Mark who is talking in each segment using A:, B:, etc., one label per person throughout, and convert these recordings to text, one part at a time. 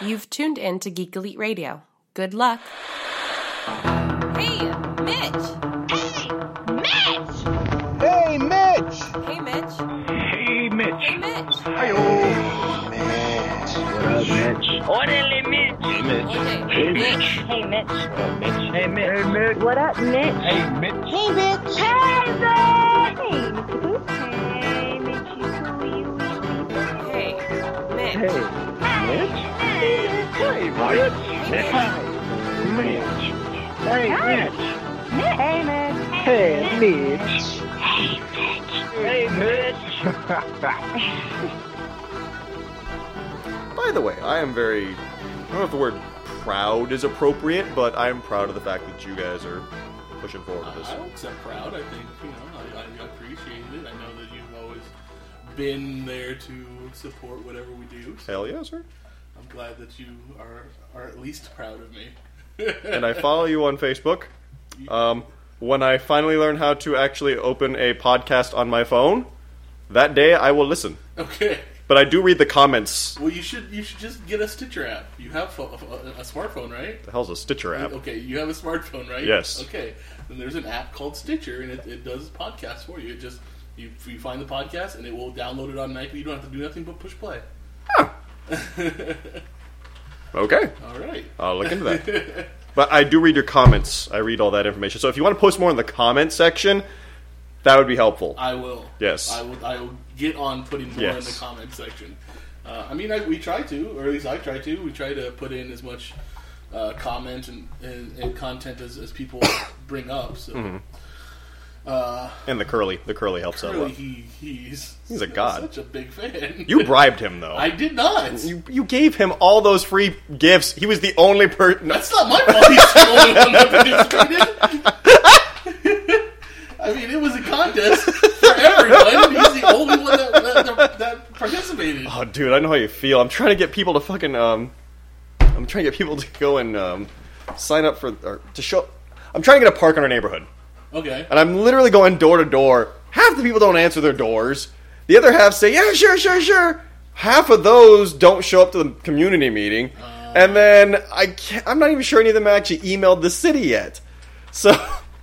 A: You've tuned in to Geek Elite Radio. Good luck.
B: Hey, Mitch.
C: Hey, Mitch!
B: Hey, Mitch.
D: Hey, Mitch.
B: Hey, Mitch.
D: Mitch.
E: Orderly Mitch.
B: Hey,
D: Hey, Mitch.
E: Hey, Mitch.
D: Hey, Mitch. Hey, Mitch.
E: What up, Mitch?
D: Hey, Mitch.
E: Hey, Mitch. Hey, Mitch. Hey, Mitch. Boo. Hey, Mitch. You cool, you easy.
B: Mitch. Hey, Mitch.
D: Hey, Mitch. Mitch. Hey,
E: Hey, Mitch.
D: Mitch. Hey, Mitch. Hey, Mitch.
F: By the way, I am very. I don't know if the word proud is appropriate, but I am proud of the fact that you guys are pushing forward with this.
G: I don't accept proud. I think you know I, I appreciate it. I know that you've always been there to support whatever we do. So
F: Hell yeah, sir.
G: I'm glad that you are are at least proud of me.
F: And I follow you on Facebook. Um, when I finally learn how to actually open a podcast on my phone, that day I will listen.
G: Okay.
F: But I do read the comments.
G: Well, you should you should just get a Stitcher app. You have pho- a, a smartphone, right?
F: The hell's a Stitcher app?
G: Okay, you have a smartphone, right?
F: Yes.
G: Okay, then there's an app called Stitcher, and it, it does podcasts for you. It just you, you find the podcast, and it will download it on night. You don't have to do nothing but push play.
F: Okay,
G: All right.
F: I'll look into that. but I do read your comments. I read all that information. So if you want to post more in the comment section, that would be helpful.
G: I will.
F: Yes.
G: I will. I will get on putting more in
F: Yes.
G: the comment section. Uh, I mean, I, we try to, or at least I try to. We try to put in as much uh, comment and, and, and content as, as people bring up. So
F: Mm-hmm. And the curly, the curly helps out a
G: really,
F: lot.
G: he he's
F: He's a god.
G: Such a big fan.
F: You bribed him though.
G: I did not.
F: You, you gave him all those free gifts. He was the only person.
G: That's not my fault. He's the only one that participated. I mean, it was a contest for everyone. He's the only one that, that, that, that participated.
F: Oh, dude, I know how you feel. I'm trying to get people to fucking um, I'm trying to get people to go and um, sign up for or to show. I'm trying to get a park in our neighborhood,
G: Okay.
F: and I'm literally going door to door. Half the people don't answer their doors. The other half say, "Yeah, sure, sure, sure." Half of those don't show up to the community meeting, and then I can't, I'm not even sure any of them actually emailed the city yet. So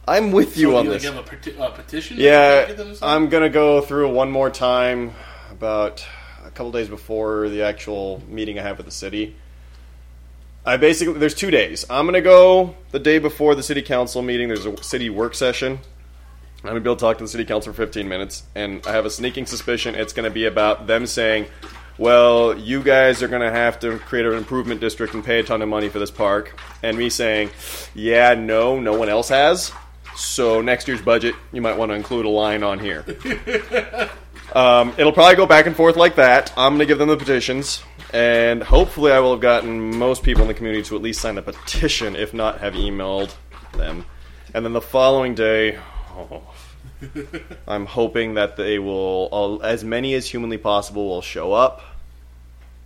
F: I'm with you
G: Do
F: on
G: you,
F: this.
G: like, have a, peti- a petition? that you can get them
F: Yeah,
G: to sign?
F: I'm gonna go through one more time about a couple days before the actual meeting I have with the city. I basically there's two days. I'm gonna go the day before the city council meeting. There's a city work session. I'm gonna be able to talk to the city council for 15 minutes, and I have a sneaking suspicion it's gonna be about them saying, "Well, you guys are gonna have to create an improvement district and pay a ton of money for this park," and me saying, "Yeah, no, no one else has." So next year's budget, you might want to include a line on here. um, it'll probably go back and forth like that. I'm going to give them the petitions, and hopefully, I will have gotten most people in the community to at least sign the petition, if not have emailed them. And then the following day, oh, I'm hoping that they will, all, as many as humanly possible, will show up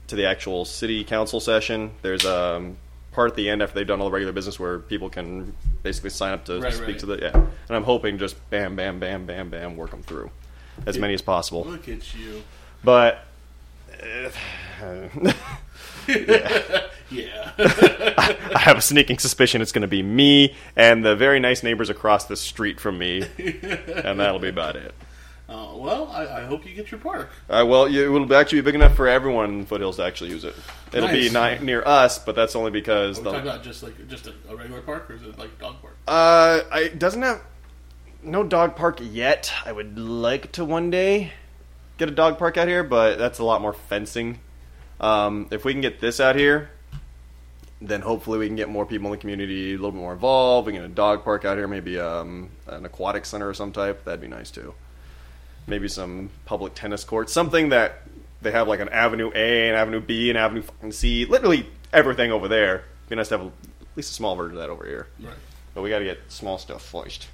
F: to the actual city council session. There's um, part at the end after they've done all the regular business where people can basically sign up to
G: Right,
F: speak
G: right.
F: to the yeah. And I'm hoping just bam, bam, bam, bam, bam, work them through as many as possible.
G: Look at you.
F: But
G: Yeah.
F: I have a sneaking suspicion it's going to be me and the very nice neighbors across the street from me, and that'll be about it.
G: uh, well, I, I hope you get your park.
F: Uh, well, it will actually be big enough for everyone in Foothills to actually use it. It'll be
G: Nice.
F: ni- near us, but that's only because
G: We're
F: the
G: talking about just like just a, a regular park, or is it like a dog park?
F: Uh, I doesn't have no dog park yet. I would like to one day get a dog park out here, but that's a lot more fencing. Um, if we can get this out here, then hopefully we can get more people in the community a little bit more involved. We can get a dog park out here, maybe um, an aquatic center of some type. That'd be nice too. Maybe some public tennis courts, something that they have like an Avenue A and Avenue B and Avenue fucking C. Literally everything over there. It'd be nice to have a, at least a small version of that over here.
G: Right.
F: But we got to get small stuff first.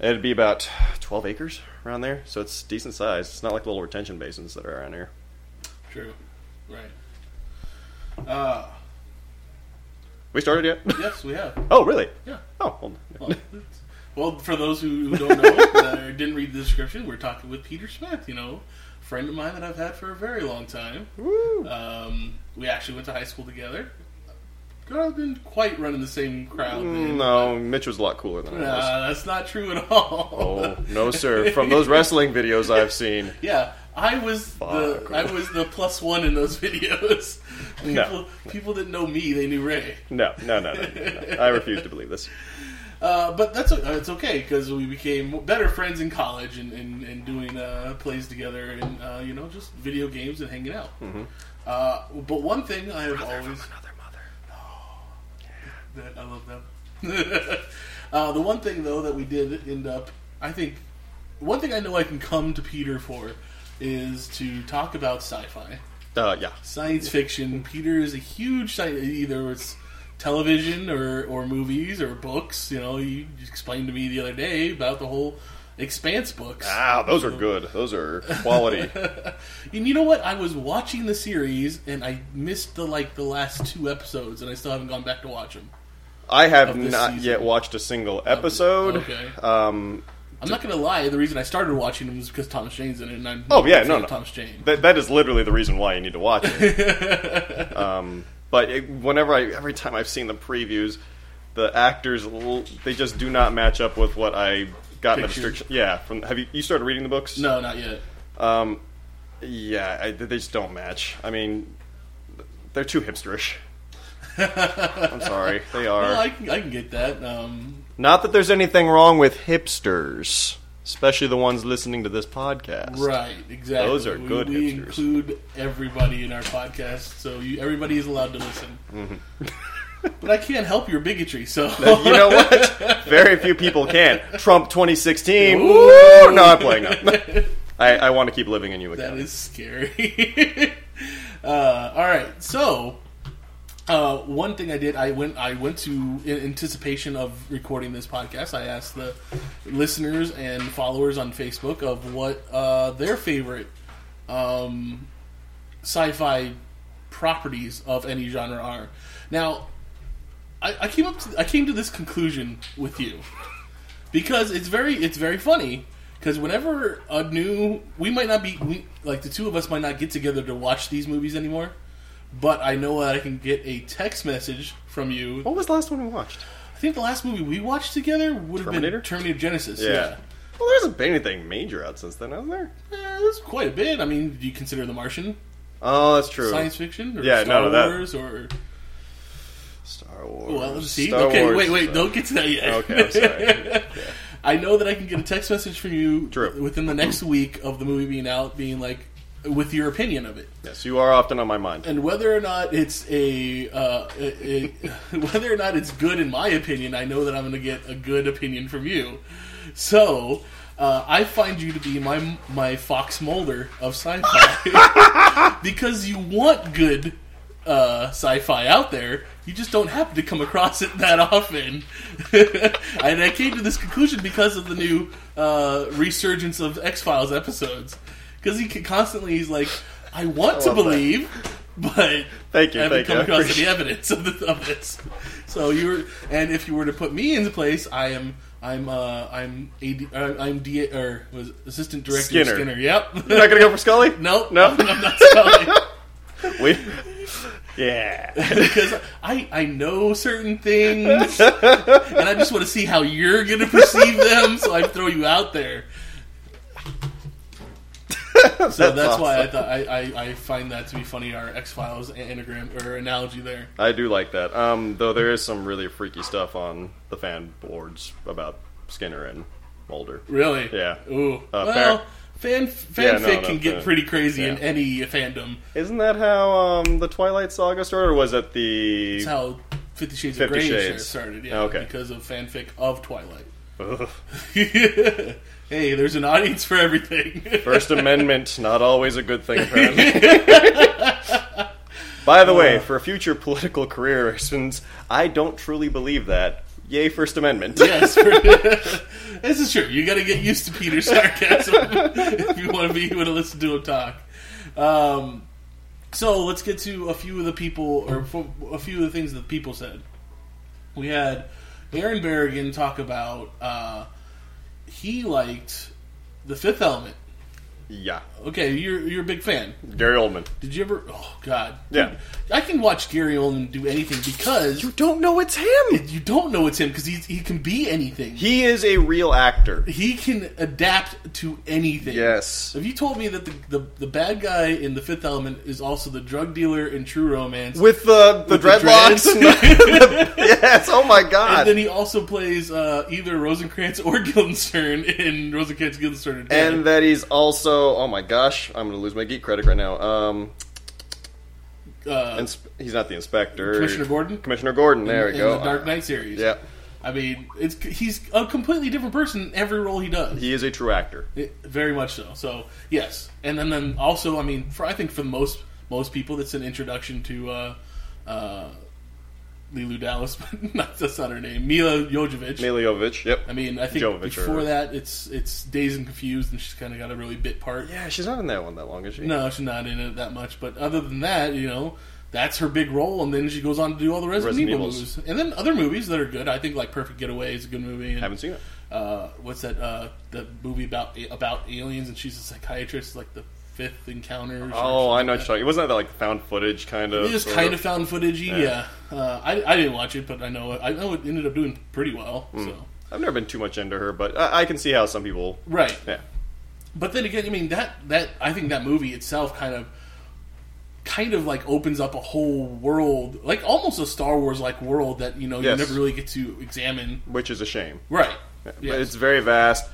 F: It'd be about 12 acres around there, so it's decent size. It's not like little retention basins that are around here.
G: True. Right.
F: We started yet?
G: Yes, we have.
F: oh, really?
G: Yeah.
F: Oh, well,
G: Well, Well, for those who, who don't know uh, or didn't read the description, we're talking with Peter Smith, you know, friend of mine that I've had for a very long time. Um, we actually went to high school together. Girl, didn't quite run in the same crowd. then,
F: No, Mitch was a lot cooler than I
G: but,
F: was.
G: Oh. nah, that's not true at all.
F: Oh no, sir! From those wrestling videos I've seen,
G: Yeah, I was
F: Fuck.
G: the I was the plus one in those videos. People
F: No.
G: people didn't know me; they knew Ray.
F: no, no, no, no, no, no. I refuse to believe this.
G: Uh, but that's uh, it's okay because we became better friends in college and, and, and doing uh, plays together and uh, you know just video games and hanging out.
F: Mm-hmm.
G: Uh, but one thing I have always
F: Another mother.
G: that I love them. uh, the one thing though that we did end up, I think, one thing I know I can come to Peter for is to talk about sci-fi.
F: Uh, yeah,
G: science fiction. Peter is a huge science. Either it's television or or movies or books. You know, you explained to me the other day about the whole Expanse books.
F: ah, those are good. Those are quality.
G: And you know what? I was watching the series and I missed the like the last two episodes, and I still haven't gone back to watch them.
F: I have
G: Of this
F: not
G: season.
F: yet watched a single episode.
G: okay.
F: Um,
G: I'm not gonna lie. The reason I started watching them is because Thomas Jane's in it, and I'm
F: Oh, yeah,
G: a fan
F: no,
G: of
F: no.
G: Thomas Jane.
F: that that is literally the reason why you need to watch it. um, but it, whenever I, every time I've seen the previews, the actors l- they just do not match up with what I got in the
G: Pictures.
F: description. Yeah, from have you you started reading the books?
G: No, not yet.
F: Um, yeah, I, they just don't match. I mean, they're too hipsterish. I'm sorry, they are.
G: No, I can I can get that. Um,
F: Not that there's anything wrong with hipsters, especially the ones listening to this podcast.
G: Right, exactly.
F: Those are
G: we,
F: good
G: We
F: hipsters.
G: include everybody in our podcast, so you, everybody is allowed to listen. but I can't help your bigotry, so
F: Mm-hmm. You know what? Very few people can. Trump 2016. Woo!
G: Ooh.
F: No, I'm playing. No. I, I want to keep living in you
G: that
F: again.
G: is scary. uh, all right, so uh, one thing I did, I went, I went to in anticipation of recording this podcast. I asked the listeners and followers on Facebook of what uh, their favorite um, sci-fi properties of any genre are. Now, I, I came up, to, I came to this conclusion with you because it's very, it's very funny. Because whenever a new, we might not be, we, like the two of us might not get together to watch these movies anymore. But I know that I can get a text message from you
F: What was the last one we watched?
G: I think the last movie we watched together would have
F: Terminator?
G: been Terminator Genesis.
F: Yeah.
G: Yeah.
F: Well, there hasn't been anything major out since then, hasn't there?
G: Eh, that's quite a bit. I mean, do you consider The Martian
F: Oh, that's true.
G: science fiction or
F: Yeah,
G: Star
F: no, that-
G: Wars or
F: Star Wars.
G: well, see,
F: Star
G: okay,
F: Wars
G: wait,
F: is
G: wait,
F: a-
G: don't get to that yet.
F: Okay, I'm sorry.
G: I know that I can get a text message from you
F: True.
G: within the next week of the movie being out, being like, with your opinion of it.
F: yes, you are often on my mind.
G: and whether or not it's a, uh, a, a- whether or not it's good in my opinion, I know that I'm going to get a good opinion from you. So uh, I find you to be my my Fox Mulder of sci-fi because you want good uh, sci-fi out there. You just don't happen to come across it that often. and I came to this conclusion because of the new uh, resurgence of X Files episodes. Because he c- constantly he's like, I want to
F: love that.
G: believe, but
F: Thank you,
G: I haven't
F: thank
G: come
F: you. I
G: across
F: appreciate-
G: any evidence of, the, of this. So you were, and if you were to put me into place, I am. I'm uh I'm AD, uh, I'm D or was assistant director
F: Skinner.
G: Skinner. Yep.
F: You're not gonna go for Scully?
G: nope.
F: No?
G: I'm not sorry.
F: We. Yeah.
G: because I I know certain things, and I just want to see how you're going to perceive them. So I throw you out there. So that's why I
F: awesome.
G: thought I, I, I find that to be funny. Our X Files anagram or analogy there.
F: I do like that. Um, though there is some really freaky stuff on the fan boards about Skinner and Mulder.
G: Really?
F: Yeah.
G: Ooh.
F: Uh,
G: well,
F: fair-
G: fan
F: Yeah,
G: fanfic
F: no, no,
G: can get
F: fair.
G: pretty crazy in
F: Yeah.
G: any fandom.
F: Isn't that how um, the Twilight Saga started, or was it the?
G: That's how Fifty Shades
F: Fifty
G: of Grey
F: Shades.
G: started. Yeah.
F: Okay.
G: Because of fanfic of Twilight.
F: Ugh.
G: hey, there's an audience for everything.
F: First Amendment, not always a good thing. Apparently. By the way, for a future political career reasons, I don't truly believe that. Yay, First Amendment.
G: Yes, for- this is true. You got to get used to Peter's sarcasm if you want to be able to listen to him talk. Um, so let's get to a few of the people, or fo- a few of the things that people said. We had Aaron Berrigan talk about uh, he liked The Fifth Element.
F: Yeah.
G: Okay, you're you're a big fan.
F: Gary Oldman.
G: Did you ever? Oh God.
F: Yeah.
G: I can watch Gary Oldman do anything because
F: You don't know it's him.
G: you don't know it's him because he he can be anything. He,
F: He is a real actor.
G: can adapt to anything.
F: Yes.
G: If you told me that the, the the bad guy in The Fifth Element is also the drug dealer in True Romance,
F: With the the
G: With the
F: dreadlocks. and
G: dreads.
F: the- yes. Oh my
G: and
F: god.
G: then he also plays uh, either Rosencrantz or Guildenstern in Rosencrantz Guildenstern. are Dead.
F: and that he's also oh my gosh, I'm gonna lose my geek credit right now. Um,
G: uh,
F: ins- he's not the inspector.
G: Commissioner Gordon.
F: Commissioner Gordon. There
G: in,
F: we go.
G: the Dark Knight series.
F: Yeah,
G: I mean, it's he's a completely different person in every role he does.
F: he is a true actor.
G: It- very much so. So yes, and then then also, I mean, for I think for most most people, that's an introduction to uh, uh, Lilu Dallas, but not, that's not her name, Mila Jojovic.
F: Miliovic. Yep.
G: I mean, I think
F: Jovovich or-
G: before that, it's it's Days and Confused, and she's kind of got a really bit part.
F: yeah, she's not in that one that long, is she?
G: No, she's not in it that much. But other than that, you know, that's her big role, and then she goes on to do all the Resident,
F: Resident
G: Evil
F: Evils.
G: movies, and then other movies that are good. I think like Perfect Getaway is a good movie. And,
F: haven't seen it.
G: uh, what's that? Uh, the movie about about aliens, and she's a psychiatrist, like the fifth encounter. or
F: Oh, I
G: something
F: know
G: like
F: what you're talking. Wasn't that like found footage kind
G: that.
F: of?
G: It is
F: sort
G: kind of found footagey,
F: Yeah.
G: yeah. Uh, I, I didn't watch it, but I know I know it ended up doing pretty well.
F: Hmm.
G: So
F: I've never been too much into her, but I, I can see how some people.
G: right,
F: Yeah.
G: but then again, I mean that that I think that movie itself kind of kind of like opens up a whole world, like almost a Star Wars like world that you know
F: Yes.
G: you never really get to examine.
F: which is a shame.
G: Right.
F: But
G: Yes.
F: It's very vast.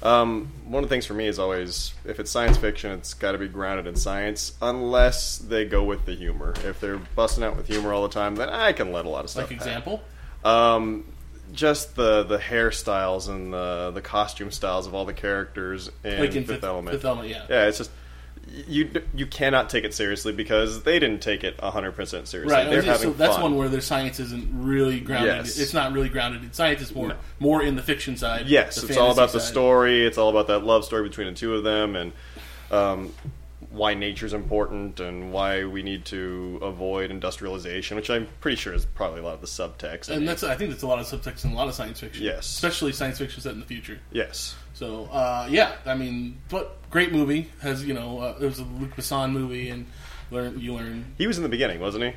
F: Um, one of the things for me is always if it's science fiction, it's got to be grounded in science, unless they go with the humor. If they're busting out with humor all the time, then I can let a lot of stuff.
G: like example.
F: pass. Um, just the the hairstyles and the the costume styles of all the characters in,
G: Like in
F: Fifth, Element.
G: Fifth Element, yeah.
F: Yeah, it's just. You you cannot take it seriously because they didn't take it hundred percent seriously.
G: Right,
F: They're
G: so
F: having
G: that's
F: fun.
G: one where their science isn't really grounded.
F: Yes.
G: It's not really grounded in science. It's more
F: No.
G: more in the fiction side.
F: Yes,
G: the
F: it's all
G: fantasy
F: about the
G: side.
F: story. It's all about that love story between the two of them, and um, why nature's important, and why we need to avoid industrialization, which I'm pretty sure is probably a lot of the subtext.
G: and that's I think that's a lot of subtext in a lot of science fiction.
F: Yes.
G: especially science fiction set in the future.
F: yes,
G: So uh, yeah, I mean, but great movie has you know uh, it was a Luc Besson movie and learn you learn.
F: he was in the beginning, wasn't he?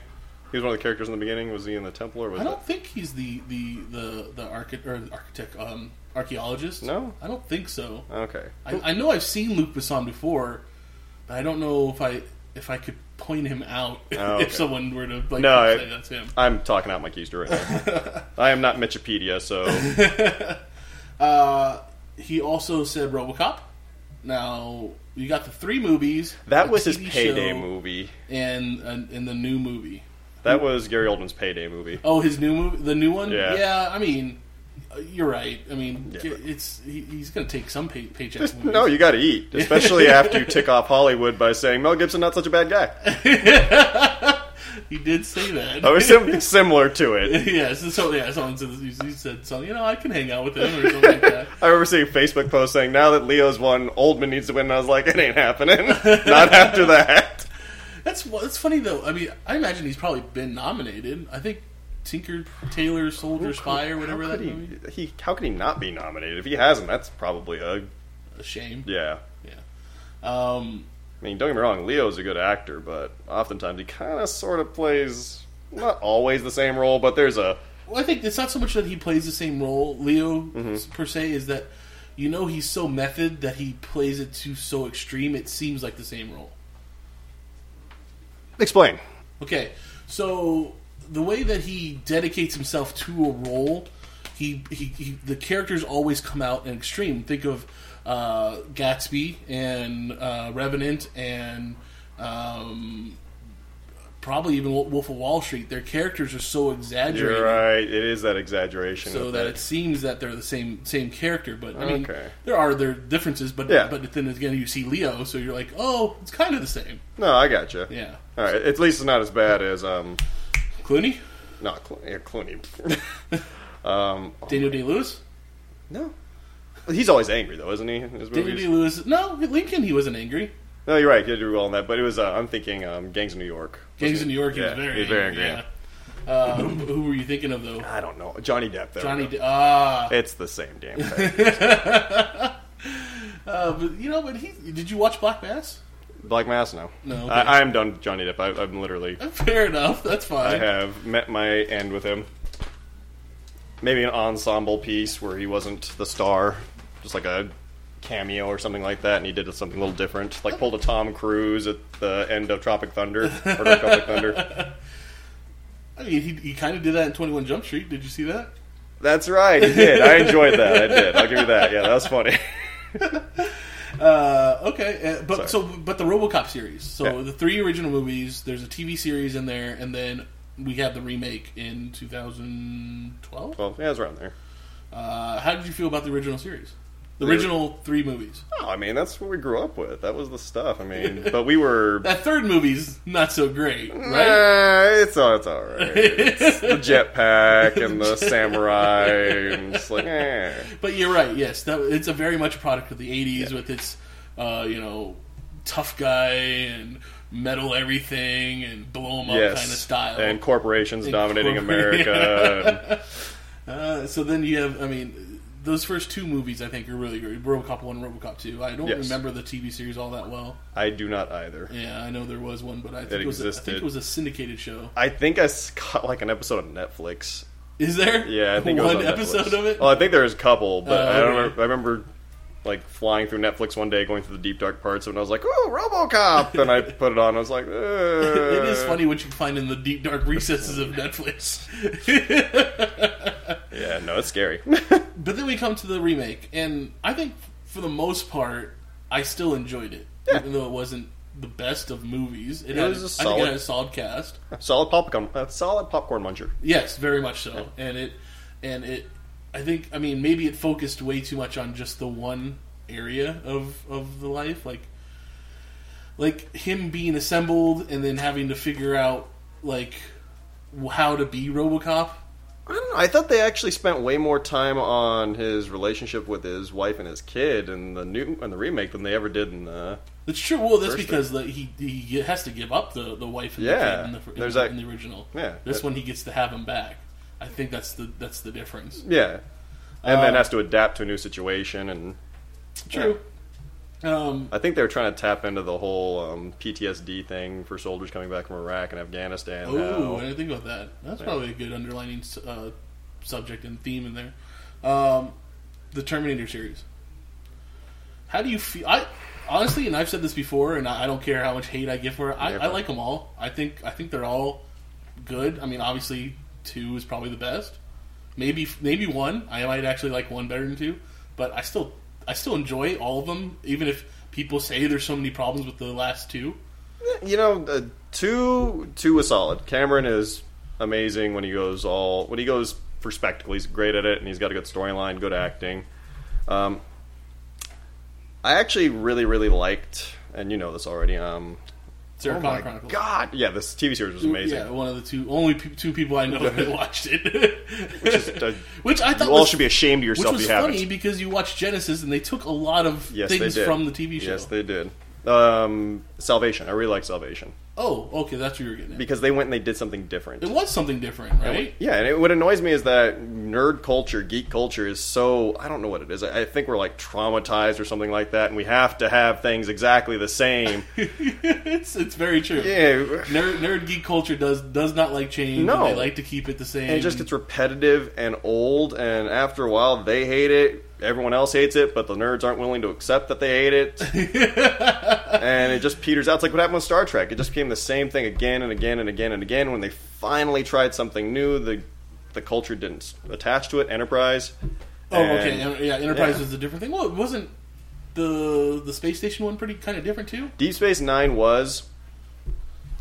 F: He was one of the characters in the beginning. Was he in the temple or was
G: I
F: it?
G: don't think he's the the the the archi- or the architect um, archaeologist.
F: No?
G: I don't think so.
F: Okay,
G: I, I know I've seen Luc Besson before, but I don't know if I if I could point him out
F: Oh, okay.
G: if someone were to like
F: No, I-
G: say that's him.
F: I'm talking out my keister right now. I am not Michipedia, so
G: Uh, he also said RoboCop. Now you got the three movies.
F: that
G: the
F: was his
G: TV
F: payday
G: show,
F: movie.
G: and and and the new movie.
F: That was Gary Oldman's payday movie.
G: Oh, his new movie, the new one.
F: Yeah.
G: I mean, uh, you're right. I mean,
F: Yeah.
G: g- it's he, he's going to take some pay, paychecks. from
F: No,
G: this.
F: you got to eat, especially after you tick off Hollywood by saying Mel Gibson not such a bad guy.
G: he did say that.
F: Oh, it's sim- similar to it.
G: yeah, so, so yeah, someone said he he said something. You know, I can hang out with him or something like that.
F: I remember seeing a Facebook post saying, "Now that Leo's won, Oldman needs to win." And I was like, "It ain't happening. Not after that."
G: That's wha- that's funny though. I mean, I imagine he's probably been nominated. I think Tinker Tailor Soldier Spy or whatever
F: how
G: that
F: could he,
G: movie.
F: he- how could he not be nominated? If he hasn't, that's probably a
G: A shame.
F: yeah.
G: Yeah. Um,
F: I mean, don't get me wrong, Leo's a good actor, but oftentimes he kind of sort of plays not always the same role, but there's a
G: well, I think it's not so much that he plays the same role, Leo per se, is that you know he's so method that he plays it to so extreme it seems like the same role.
F: explain.
G: Okay, so the way that he dedicates himself to a role, he, he, he the characters always come out in extreme. Think of uh, Gatsby and uh, Revenant and um, probably even Wo- Wolf of Wall Street. Their characters are so exaggerated.
F: You're right. It is that exaggeration.
G: So
F: of
G: that
F: it.
G: it seems that they're the same same character, but I mean
F: Okay.
G: there are their differences, but
F: Yeah.
G: but then again you see Leo, so you're like, oh, it's kind of the same.
F: no, I gotcha.
G: Yeah,
F: All right. At least it's not as bad as um,
G: Clooney,
F: not Clo- yeah, Clooney. um,
G: Daniel Day Lewis,
F: No. He's always angry though, isn't he? In his
G: Daniel Day
F: movies?
G: Lewis. No, Lincoln. He wasn't angry.
F: No, you're right. He did do well in that, but it was uh, I'm thinking um, Gangs of New York.
G: Gangs of New York. He
F: yeah,
G: was very,
F: he was very
G: angry.
F: angry,
G: Uh, who, who were you thinking of though?
F: I don't know. Johnny Depp, though.
G: Johnny. D- Ah,
F: It's the same damn thing.
G: uh, but you know, but he did you watch Black Mass?
F: Black Mass, no.
G: No, okay.
F: I, I am done with Johnny Depp. I, I'm literally.
G: Fair enough. That's
F: I
G: fine.
F: have met my end with him. Maybe an ensemble piece where he wasn't the star, just like a cameo or something like that, and he did something a little different, like pulled a Tom Cruise at the end of Tropic Thunder or Tropic Thunder.
G: I mean, he, he kind of did that in Twenty One Jump Street. Did you see that?
F: That's right, he did. I enjoyed that. I did. I'll give you that. Yeah, that was funny.
G: Uh, okay, uh, but so
F: Sorry.
G: but the RoboCop series. So
F: Yeah.
G: the three original movies. There's a TV series in there, and then we have the remake in 2012.
F: Well, yeah, it was around there.
G: Uh, how did you feel about the original series? The original three movies.
F: Oh, I mean, that's what we grew up with. That was the stuff. I mean, but we were.
G: That third movie's not so great, right?
F: Eh, it's all, it's all right. It's the jetpack and the samurai, and just like, eh.
G: But you're right. Yes, that, it's a very much a product of the '80s with its, uh, you know, tough guy and metal everything and blow 'em up
F: yes,
G: kind of style.
F: and corporations dominating
G: corpor-
F: America. and-
G: Uh, so then you have, I mean, those first two movies I think are really great. RoboCop one, RoboCop two. I don't
F: Yes.
G: remember the TV series all that well.
F: I do not either.
G: Yeah, I know there was one, but I think
F: It
G: it, was a, I think
F: existed.
G: it was a syndicated show.
F: I think I s- caught like an episode of Netflix.
G: Is there?
F: Yeah, I think it was
G: one
F: on
G: episode
F: Netflix.
G: of it.
F: Well, I think there was a couple, but
G: Oh,
F: I don't
G: okay.
F: remember. I remember like flying through Netflix one day, going through the deep dark parts, and I was like, "Ooh, RoboCop!" and I put it on. I was like,
G: it is
F: "Uh."
G: funny what you can find in the deep dark recesses of Netflix.
F: Yeah, no, it's scary.
G: but then we come to the remake, and I think for the most part, I still enjoyed it, even though it wasn't the best of movies. It,
F: It
G: had,
F: was a
G: I think it
F: solid-
G: had a solid cast.
F: solid popcorn. Uh, solid popcorn muncher.
G: Yes, very much so. And it and it I think I mean maybe it focused way too much on just the one area of of the life like like him being assembled and then having to figure out like w- how to be RoboCop.
F: I don't know. I thought they actually spent way more time on his relationship with his wife and his kid in the new in the remake than they ever did in the.
G: That's true. Well, that's
F: First
G: because the, he he has to give up the, the wife and
F: Yeah,
G: the kid in the,
F: there's
G: in,
F: that-
G: in the original.
F: yeah,
G: this
F: that-
G: one he gets to have him back. I think that's the that's the difference.
F: Yeah, and then
G: Uh,
F: has to adapt to a new situation, and
G: True. Um,
F: I think they were trying to tap into the whole um, PTSD thing for soldiers coming back from Iraq and Afghanistan.
G: Oh,
F: now.
G: I didn't think about that. That's probably a good underlining uh, subject and theme in there. Um, the Terminator series. How do you feel? I honestly, and I've said this before, and I, I don't care how much hate I give for it. I, I
F: Never.
G: like them all. I think I think they're all good. I mean, obviously, two is probably the best. Maybe maybe one. I might actually like one better than two, but I still I still enjoy all of them, even if people say there's so many problems with the last two.
F: you know, uh, two two was solid. Cameron is amazing when he goes all when he goes for spectacle. He's great at it, and he's got a good storyline, good acting. Um, I actually really really liked, and you know this already. Um,
G: Sarah
F: oh
G: Connor
F: my
G: Chronicles.
F: god, yeah, this TV series was amazing.
G: Yeah, one of the two only pe- two people I know that watched it. which,
F: is, uh,
G: I thought
F: You all
G: was,
F: should be ashamed of
G: which
F: yourself.
G: was
F: if you
G: funny
F: haven't.
G: because you watched Genesis and they took a lot of
F: Yes, they
G: things
F: did.
G: from the TV show.
F: Yes, they did. Um, Salvation. I really like Salvation
G: oh, okay, that's what you were getting. At.
F: because they went and they did something different.
G: it was something different, right?
F: Yeah, and it, what annoys me is that nerd culture, geek culture is so I don't know what it is. I, I think we're like traumatized or something like that, and we have to have things exactly the same.
G: it's it's very true.
F: yeah,
G: Nerd, nerd geek culture does does not like change.
F: No.
G: and they like to keep it the same.
F: and it just gets repetitive and old, and after a while, they hate it. Everyone else hates it, but the nerds aren't willing to accept that they hate it, and it just peters out. It's like what happened with Star Trek. It just became the same thing again and again and again and again. When they finally tried something new, the the culture didn't attach to it. Enterprise.
G: oh,
F: and-
G: okay, en- yeah. Enterprise
F: yeah.
G: was a different thing. Well, it wasn't the the space station one pretty kind of different too.
F: Deep Space Nine was,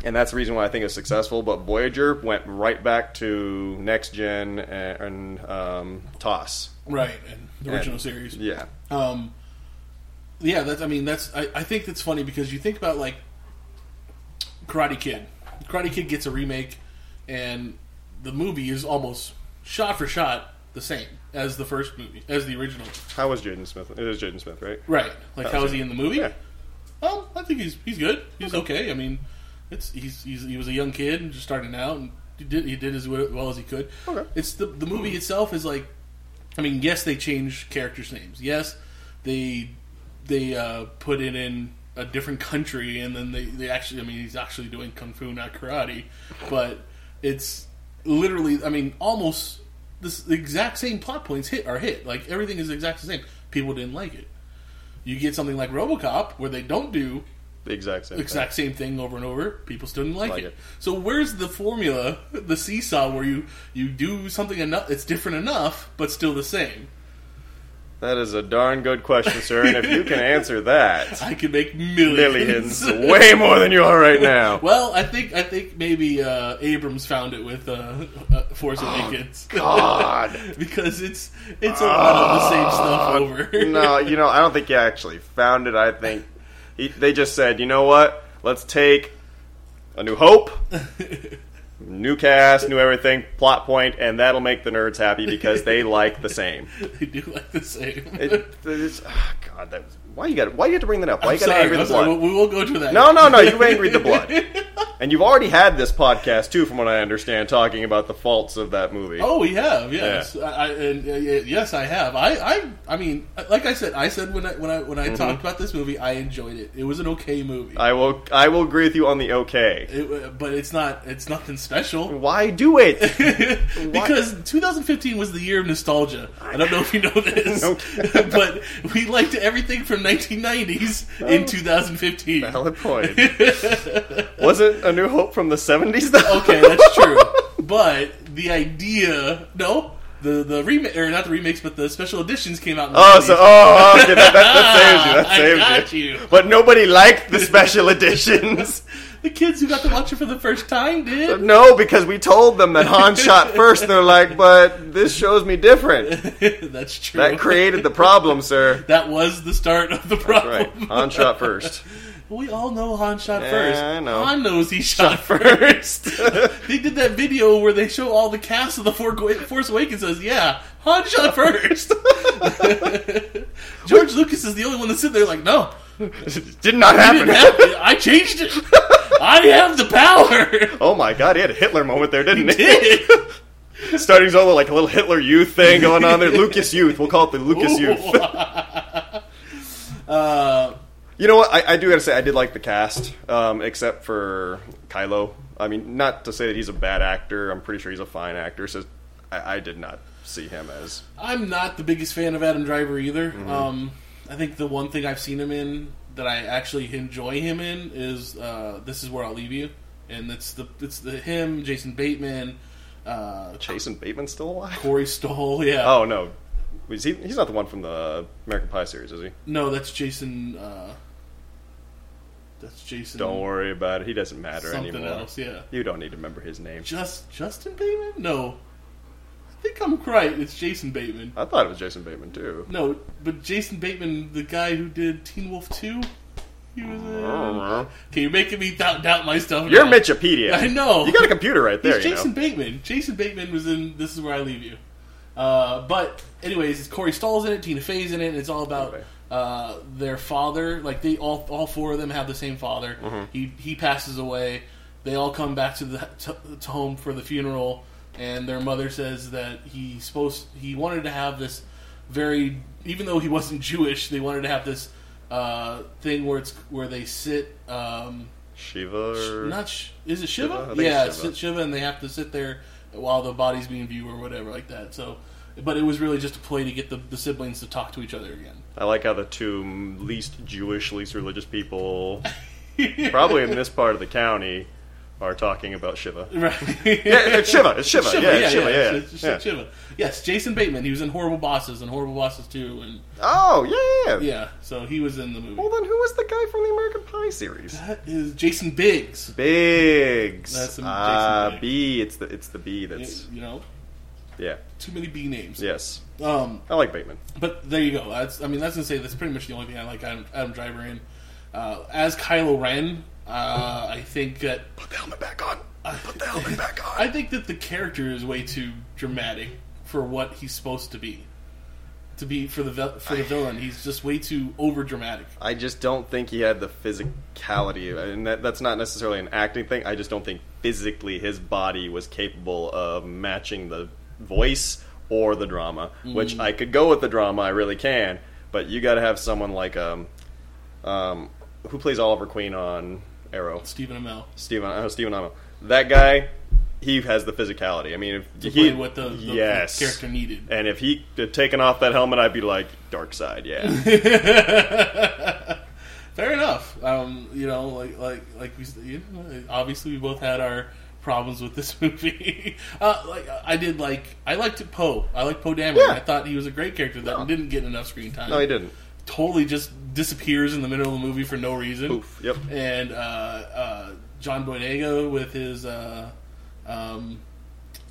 F: and that's the reason why I think it's successful. But Voyager went right back to next gen and, and um, TOS.
G: Right, and the original series.
F: Yeah,
G: Um, yeah, that's. I mean, that's. I, I think that's funny because you think about like Karate Kid. Karate Kid gets a remake, and the movie is almost shot for shot the same as the first movie, as the original.
F: how was Jaden Smith? It was Jaden Smith, right?
G: Right. Like, how is he in the movie?
F: Yeah.
G: Um, I think he's he's good. He's okay. I mean, it's he's, he's he was a young kid and just starting out, and he did he did as we- well as he could.
F: Okay.
G: It's the the movie itself is like, I mean, yes, they changed characters' names. Yes, they they uh, put it in a different country, and then they they actually, I mean, he's actually doing kung fu, not karate, but it's literally, I mean, almost this the exact same plot points hit are hit. Like everything is the exact same. People didn't like it. You get something like RoboCop where they don't do
F: The exact same.
G: exact same thing over and over. People still didn't like,
F: Like
G: it.
F: it.
G: So where's the formula, the seesaw, where you you do something enough, it's different enough, but still the same.
F: Thing. That is a darn good question, sir. And if you can answer that,
G: I could make millions.
F: millions, way more than you are right now.
G: Well, I think I think maybe uh, Abrams found it with uh, uh, Force Awakens
F: Oh, God. Ah,
G: because it's it's a lot of the same stuff over.
F: no, you know, I don't think he actually found it. I think he, they just said, you know what? Let's take a new hope, new cast, new everything, plot point, and that'll make the nerds happy because they like the same.
G: they do like the same.
F: It, it's, ah, God, that was, why you got why you have to bring that up? Why
G: I'm
F: you got to
G: sorry,
F: angry the
G: I'm sorry,
F: blood?
G: we we will go to that.
F: No, no, no, you angry the blood. And you've already had this podcast too, from what I understand, talking about the faults of that movie.
G: Oh, we have yes, I, I, and uh, y- yes, I have. I, I, I mean, like I said, I said when I when I when I talked about this movie, I enjoyed it. It was an okay movie,
F: Mm-hmm. I will I will agree with you on the okay.
G: It wa- but it's not it's nothing special
F: Why do it?
G: because 2015 was the year of nostalgia. I don't know if you know this,
F: Okay.
G: but we liked everything from 1990s in 2015.
F: Valid point. Wasn't A New Hope from the 70s, though?
G: Okay, that's true. but the idea, no. The the remake or not the remakes, but the special editions came out. In the
F: Oh, so,
G: 90s.
F: oh, okay, that, that,
G: Ah,
F: that saves you.
G: I
F: That
G: got
F: saves you.
G: you.
F: But nobody liked the special editions.
G: The kids who got to watch it for the first time did.
F: No, because we told them that Han shot first, and they're like, but this shows me different.
G: That's true.
F: That created the problem, sir.
G: That was the start of the problem.
F: Right, Han shot first.
G: We all know Han shot
F: Yeah,
G: first.
F: I know.
G: Han knows he shot, first. they did that video where they show all the cast of the For- Force Awakens says, "Yeah, Han shot first. George Lucas is the only one that's sitting there like, "No,
F: Did not
G: it didn't
F: happen.
G: happen. I changed it. I have the power."
F: Oh my god, he had a Hitler moment there, didn't he?
G: Did.
F: Starting his own with, like a little Hitler youth thing going on there. Lucas Youth. We'll call it the Lucas Youth.
G: uh,
F: You know what? I, I do gotta say, I did like the cast, um, except for Kylo. I mean, not to say that he's a bad actor. I'm pretty sure he's a fine actor. So I, I did not see him as.
G: I'm not the biggest fan of Adam Driver either. Um, I think the one thing I've seen him in that I actually enjoy him in is uh, "This Is Where I'll Leave You," and it's the it's the him, Jason Bateman, uh,
F: Jason Bateman still alive?
G: Corey Stoll. Yeah,
F: Oh no, Was he, he's not the one from the American Pie series, is he?
G: no, that's Jason. Uh, that's Jason.
F: Don't worry about it. He doesn't matter
G: Something
F: anymore.
G: else, yeah.
F: You don't need to remember his name.
G: Just Justin Bateman? No, I think I'm right. It's Jason Bateman.
F: I thought it was Jason Bateman too.
G: No, but Jason Bateman, the guy who did Teen Wolf Two, he was.
F: Oh,
G: in- Okay, you're making me doubt, doubt my stuff.
F: You're
G: now.
F: Mitchopedia.
G: I know.
F: You got a computer right there.
G: He's
F: you know.
G: Jason Bateman. Jason Bateman was in This Is Where I Leave You. Uh, but anyways, it's Corey Stoll's in it, Tina Fey's in it, and it's all about
F: Okay.
G: uh, their father. Like they all all four of them have the same father.
F: Mm-hmm.
G: He he passes away. They all come back to the to, to home for the funeral, and their mother says that he's supposed he wanted to have this very even though he wasn't Jewish, they wanted to have this uh, thing where it's where they sit. Um,
F: Shiva. Or...
G: not sh- is it
F: Shiva? I
G: Shiva?
F: think it's
G: yeah,
F: Shiva.
G: Shiva. Shiva, and they have to sit there while the body's being viewed or whatever like that. So, but it was really just a play to get the, the siblings to talk to each other again.
F: I like how the two least Jewish, least religious people, probably in this part of the county, are talking about Shiva.
G: Right?
F: Yeah, it's Shiva. It's Shiva. yeah, it's Shiva. Yeah.
G: it's- it's
F: yeah.
G: Shiva. Yes, Jason Bateman. He was in Horrible Bosses and Horrible Bosses Two, and
F: Oh, yeah, yeah.
G: yeah, so he was in the movie.
F: Well, then who was the guy from the American Pie series?
G: That is Jason Biggs.
F: Biggs.
G: That's some
F: Ah,
G: Jason Biggs.
F: B. It's the it's the B.
G: You
F: That's
G: you know,
F: yeah.
G: too many B names.
F: Yes,
G: Um,
F: I like Bateman.
G: But there you go. That's, I mean, that's gonna say that's pretty much the only thing I like Adam, Adam Driver in. Uh, as Kylo Ren, uh, I think that
F: Put the helmet back on. Put the helmet back on.
G: I think that the character is way too dramatic for what he's supposed to be. to be for the vil- for the villain. He's just way too over dramatic.
F: I just don't think he had the physicality, and that, that's not necessarily an acting thing. I just don't think physically his body was capable of matching the voice or the drama.
G: Mm.
F: Which I could go with the drama, I really can. But you got to have someone like um, um, who plays Oliver Queen on Arrow,
G: Stephen Amell.
F: Stephen oh, Stephen Amell. That guy, he has the physicality. I mean, if
G: to
F: he
G: play what the, the
F: yes.
G: character needed.
F: And if he had taken off that helmet, I'd be like, Dark Side, yeah.
G: Fair enough. Um, you know, like like like we s- you know, obviously we both had our problems with this movie. uh, like I did like I liked Poe. I liked Poe Dameron.
F: Yeah.
G: I thought he was a great character that didn't get enough screen time.
F: no, he didn't.
G: Totally just disappears in the middle of the movie for no reason.
F: Oof. Yep.
G: And uh, uh, John Boyega with his uh, um,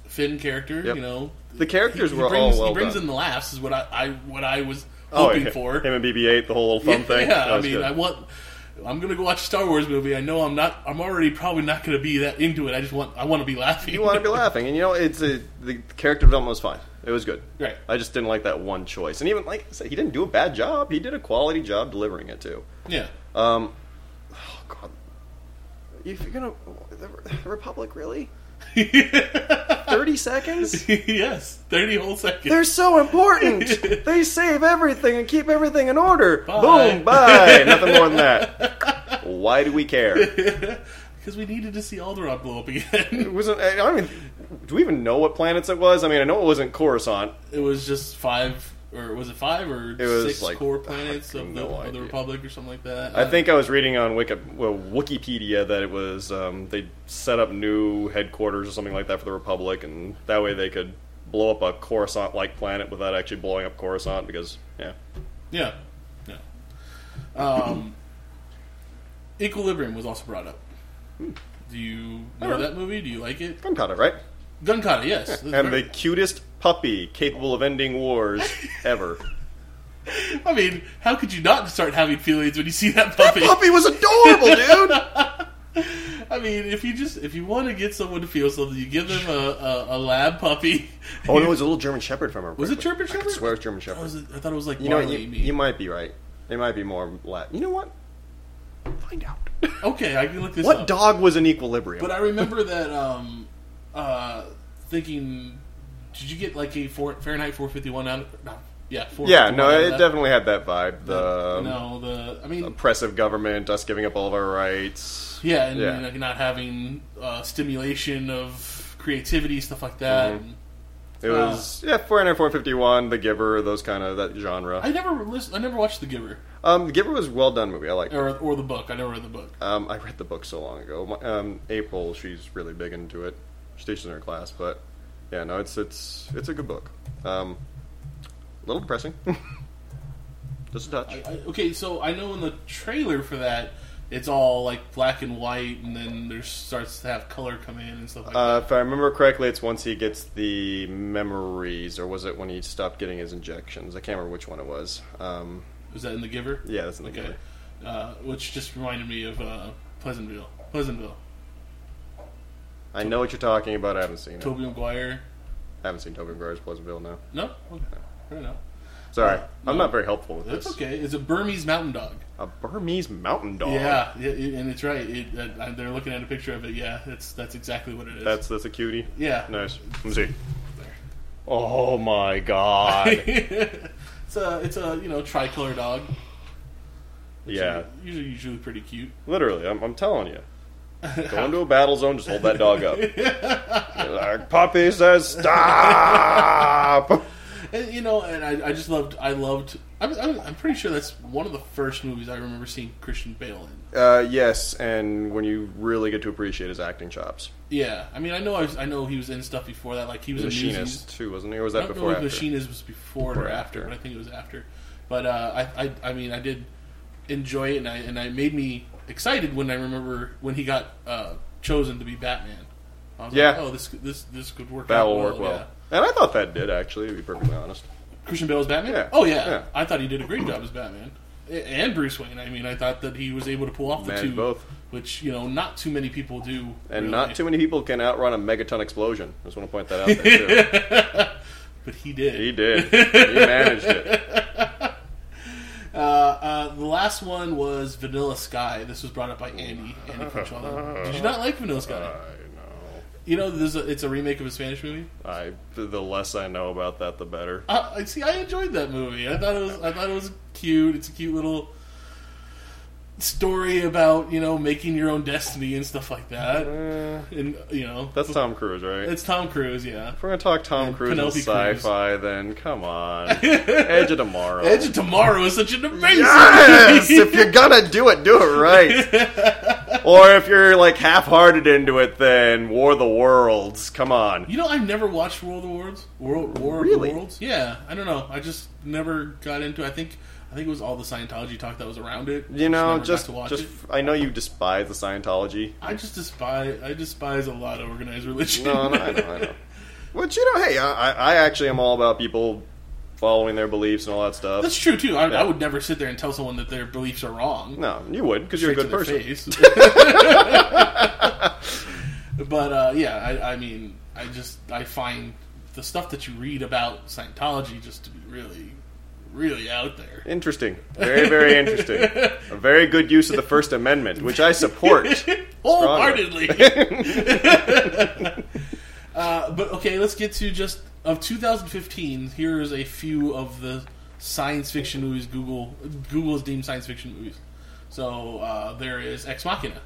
G: Finn character,
F: Yep.
G: you know,
F: The characters
G: he
F: were
G: brings,
F: all well
G: he brings
F: done.
G: in the laughs is what I, I what I was
F: Oh,
G: hoping
F: yeah.
G: for.
F: him and BB-8, the whole little
G: yeah,
F: fun thing.
G: yeah,
F: That
G: I
F: was
G: mean,
F: good.
G: I want. I'm gonna go watch a Star Wars movie. I know I'm not. I'm already probably not gonna be that into it. I just want. I want to be laughing.
F: you want to be laughing, and you know, it's a, the character development was fine. It was good.
G: Right.
F: I just didn't like that one choice, and even like I said, he didn't do a bad job. He did a quality job delivering it too.
G: yeah.
F: Um, oh god, if you're gonna the Re- Republic really thirty seconds.
G: yes. Thirty whole seconds.
F: They're so important. they save everything and keep everything in order.
G: Bye.
F: Boom, bye. Nothing more than that. Why do we care?
G: Because we needed to see Alderaan blow up again.
F: It wasn't. I don't even. Do we even know what planets it was? I mean, I know it wasn't Coruscant.
G: it was just five, or was it five or
F: It was
G: six
F: like-
G: core planets of, the,
F: no
G: of the
F: idea.
G: Republic or something like that?
F: I think I was reading on Wiki, well, Wikipedia that it was um, they set up new headquarters or something like that for the Republic, and that way they could blow up a Coruscant-like planet without actually blowing up Coruscant because yeah,
G: Yeah. Yeah. Um, Equilibrium was also brought up. Do you know that movie? Do you like it?
F: gunpowder, right?
G: Gunkata, yes.
F: And the cutest puppy capable of ending wars ever.
G: I mean, how could you not start having feelings when you see that puppy?
F: puppy was adorable, dude.
G: I mean, if you just if you want to get someone to feel something, you give them a, a, a lab puppy.
F: Oh no, it was a little German Shepherd from her.
G: Was it German
F: I
G: Shepherd? Oh,
F: could swear it was German
G: I, was,
F: Shepherd.
G: I thought it was like
F: You know,
G: barley
F: you,
G: meat.
F: you might be right. It might be more Latin. You know what? Find out.
G: okay, I can look this
F: What
G: up.
F: dog was in equilibrium?
G: But I remember that um, uh, thinking, did you get like a four, Fahrenheit 451 out? Of, no, yeah,
F: yeah,
G: 451
F: no,
G: out
F: it
G: of that?
F: definitely had that vibe. The um,
G: no, the I mean,
F: oppressive government, us giving up all of our rights.
G: yeah, and
F: yeah.
G: like not having uh, stimulation of creativity, stuff like that.
F: Mhm. It was yeah, 400, 451, The Giver, those kind of that genre.
G: I never listened, I never watched The Giver
F: um, The Giver was a well done movie. I like.
G: or or the book. I never read the book.
F: Um, I read the book so long ago. My, um, April, she's really big into it. She teaches in her class, but yeah, no, it's it's it's a good book. Um, a little depressing, just a touch.
G: I, I, okay, so I know in the trailer for that, it's all like black and white, and then there starts to have color come in and stuff like that.
F: Uh, if I remember correctly, it's once he gets the memories, or was it when he stopped getting his injections? I can't remember which one it was. Um,
G: Was that in The Giver?
F: yeah, that's in the
G: Okay.
F: Giver.
G: Uh, which just reminded me of uh, Pleasantville. Pleasantville.
F: I know what you're talking about. I haven't seen it.
G: Toby Maguire.
F: I haven't seen Toby Maguire's Pleasantville now.
G: No? Okay. Fair enough.
F: Sorry,
G: Uh, no.
F: I'm not very helpful with
G: That's
F: this.
G: okay. It's a Burmese mountain dog.
F: A Burmese mountain dog.
G: Yeah, yeah, it- and it's right. It, uh, uh, they're looking at a picture of it. Yeah, that's that's exactly what it is.
F: That's that's a cutie.
G: yeah.
F: Nice. Let me see. Oh my god.
G: it's a it's a you know tricolor dog.
F: yeah.
G: usually usually pretty cute.
F: Literally, I'm, I'm telling you. Go into a battle zone, just hold that dog up. You're like, puppy says stop!
G: And you know, and I, I just loved I loved. I'm, I'm, I'm pretty sure that's one of the first movies I remember seeing Christian Bale in.
F: uh, yes, and when you really get to appreciate his acting chops.
G: Yeah, I mean, I know I, was, I know he was in stuff before that. Like he was
F: The
G: in
F: Machinist,
G: Newsies.
F: too, wasn't he? Or was
G: I
F: that
G: don't
F: before
G: know
F: after?
G: if Machinist was before it or
F: Or
G: after,
F: after.
G: but I think it was after. But uh, I, I, I mean, I did enjoy it, and I and I made me excited when I remember when he got uh, chosen to be Batman. I was
F: Yeah.
G: like, oh, this this this could work.
F: that
G: out
F: will work well.
G: Oh, yeah.
F: And I thought that did, actually, to be perfectly honest.
G: Christian Bale's Batman.
F: Yeah.
G: Oh yeah.
F: Yeah.
G: I thought he did a great job as Batman A- and Bruce Wayne. I mean, I thought that he was able to pull off the
F: Managed
G: two,
F: both.
G: which you know, not too many people do,
F: And
G: really.
F: not too many people can outrun a megaton explosion. I just want to point that out there, too.
G: But he did.
F: he did. He managed it.
G: Uh, the last one was Vanilla Sky. This was brought up by Andy. Andy Crunchala. Did you not like Vanilla Sky?
F: I know.
G: You know, this is a, it's a remake of a Spanish movie. Uh,
F: I the less I know about that, the better.
G: I, I- see. I enjoyed that movie. I thought it was. I thought it was cute. It's a cute little story about you know making your own destiny and stuff like that. and you know,
F: Uh, That's Tom Cruise, right?
G: it's Tom Cruise. Yeah,
F: if we're gonna talk Tom Cruise
G: Penelope
F: and
G: Cruz.
F: sci-fi, then come on, Edge of Tomorrow.
G: Edge of Tomorrow is such an amazing.
F: Yes!
G: movie!
F: if you're gonna do it, do it right. or if you're like half-hearted into it, then War of the Worlds. Come on.
G: You know, I've never watched World Awards. World War
F: Really?
G: of the Worlds. Yeah, I don't know. I just never got into. I think I think it was all the Scientology talk that was around it.
F: You know,
G: never got
F: just
G: to watch
F: just
G: it.
F: I know you despise the Scientology.
G: I just despise. I despise a lot of organized religion.
F: No, no, I know, I know. But you know, hey, I, I I actually am all about people following their beliefs and all that stuff.
G: That's true too. I,
F: Yeah.
G: I would never sit there and tell someone that their beliefs are wrong.
F: no, you would because you're a
G: Straight
F: good person.
G: to their face. but uh, yeah, I, I mean, I just I find the stuff that you read about Scientology just to be really, really out there.
F: Interesting. Very, very interesting. A very good use of the First Amendment, which I support.
G: wholeheartedly. uh, but okay, let's get to just of 2015. Here is a few of the science fiction movies Google Google's deemed science fiction movies. So uh, there is Ex Machina.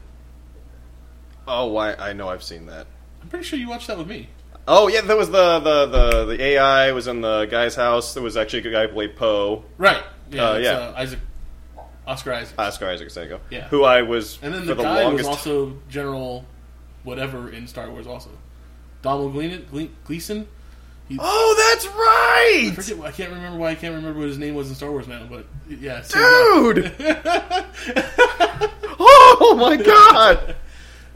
F: Oh, I, I know I've seen that.
G: I'm pretty sure you watched that with me.
F: Oh yeah, that was the the, the, the AI was in the guy's house. There was actually a guy who played Poe,
G: Right. Yeah.
F: Uh,
G: that's,
F: yeah.
G: Uh, Isaac. Oscar Isaac.
F: Oscar Isaac Senko,
G: Yeah.
F: who I was
G: and then
F: for
G: the,
F: the
G: guy was
F: longest.
G: also General whatever in Star Wars also. Donald Gleason? Gle- Gleason?
F: oh, that's
G: I
F: right,
G: forget. I can't remember why I can't remember what his name was in Star Wars now, but yeah. same guy.
F: dude. oh my god,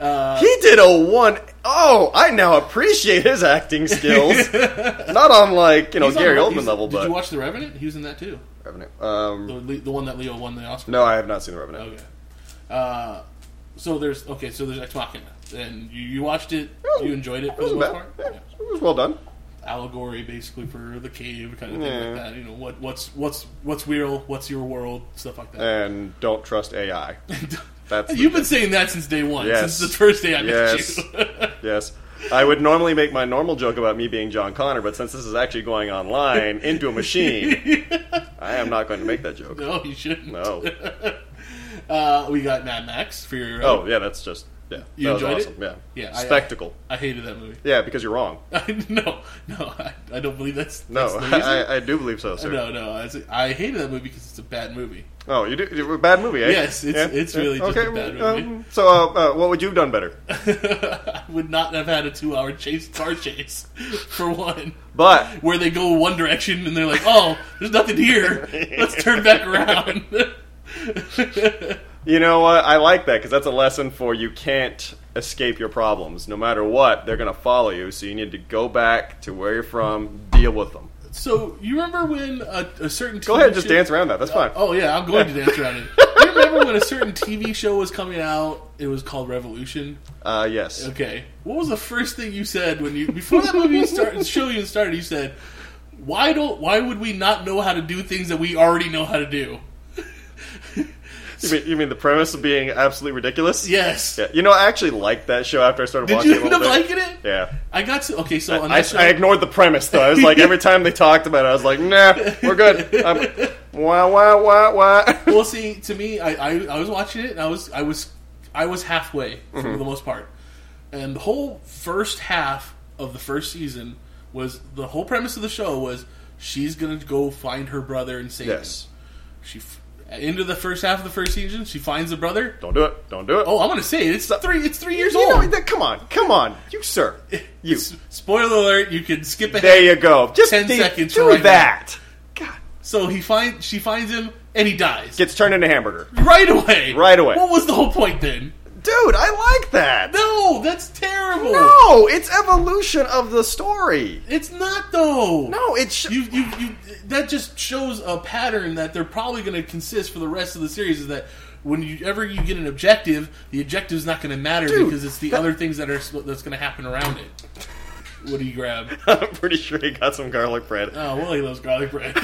G: Uh,
F: he did a one oh I now appreciate his acting skills. Not on like you know
G: He's on-
F: Oh, Gary
G: he's-
F: Oldman level,
G: Did
F: but
G: you watch The Revenant? He was in that too.
F: Revenant. Um,
G: The, Le- the one that Leo won the Oscar.
F: no, I have not seen the Revenant.
G: Okay. Uh, so there's okay. So there's Ex Machina, and you, you watched it.
F: Oh,
G: you enjoyed it
F: It
G: for the
F: wasn't
G: most
F: bad.
G: part.
F: Yeah,
G: Yeah.
F: It was well done.
G: Allegory, basically for the cave, kind of thing
F: Yeah.
G: like that. You know what what's what's what's real, what's your world, stuff like that.
F: And don't trust AI. That's
G: You've
F: the-
G: been saying that since day one,
F: Yes.
G: since the first day I
F: Yes.
G: met you.
F: Yes. I would normally make my normal joke about me being John Connor, but since this is actually going online into a machine, I am not going to make that joke.
G: no, you shouldn't.
F: No.
G: Uh, we got Mad Max for your.
F: Oh, yeah, that's just yeah.
G: You
F: that was
G: enjoyed it?
F: awesome. Yeah.
G: Yeah, I-
F: Spectacle.
G: I hated that movie.
F: yeah, because you're wrong.
G: no, no, I, I don't believe that's
F: No,
G: That's the reason.
F: I, I do believe so, sir.
G: no, no. I, s- I hated that movie because it's a bad movie.
F: Oh, you do. It was a bad movie, eh?
G: Yes, it's- it's really just
F: okay.
G: a bad
F: um,
G: movie.
F: so, uh, uh, what would you have done better?
G: I would not have had a two-hour chase car chase for one,
F: But
G: where they go one direction and they're like, "Oh, there's nothing here. Let's turn back around."
F: you know what? I like that because that's a lesson for you can't escape your problems. No matter what, they're going to follow you. So you need to go back to where you're from, deal with them.
G: so you remember when a, a certain
F: Go
G: TV
F: ahead and just
G: show-
F: dance around that. That's fine.
G: Oh yeah, I'm going to dance around it. You remember when a certain TV show was coming out? It was called Revolution.
F: Uh, yes.
G: Okay. What was the first thing you said when you before that movie started show even started? You said, "Why don't? Why would we not know how to do things that we already know how to do?"
F: You, mean, you mean the premise of being absolutely ridiculous?
G: Yes.
F: Yeah. You know, I actually liked that show after I started
G: Did
F: watching
G: you
F: it a
G: end
F: little
G: up
F: bit.
G: liking it?
F: Yeah.
G: I got to okay. So on
F: I,
G: that show,
F: I ignored the premise though. I was like, every time they talked about it, I was like, nah, we're good. I'm, wah wah wah wah.
G: well, see, to me, I, I I was watching it and I was I was I was halfway for
F: Mm-hmm.
G: the most part, and the whole first half of the first season was the whole premise of the show was she's gonna go find her brother and save
F: Yes.
G: him. She f- into the first half of the first season, she finds the brother.
F: Don't do it. Don't do it.
G: Oh, I'm gonna say it. It's three. It's three years
F: you know,
G: old.
F: that- come on, come on, you sir, you.
G: S- Spoiler alert: You can skip ahead.
F: There you go. Just
G: 10
F: do-
G: seconds
F: Do
G: for right
F: that. God.
G: So he finds she finds him and he dies
F: Gets turned into hamburger,
G: right away.
F: Right away.
G: What was the whole point then?
F: dude. I like that.
G: No, that's terrible.
F: No, it's evolution of the story.
G: It's not though.
F: No, it's sh-
G: You, you, you, that just shows a pattern that they're probably going to consist for the rest of the series. Is that when you ever you get an objective, the objective's not going to matter
F: Dude,
G: because it's the other things that are sp- that's going to happen around it. What do you grab?
F: I'm pretty sure he got some garlic bread.
G: Oh, well, he loves garlic bread.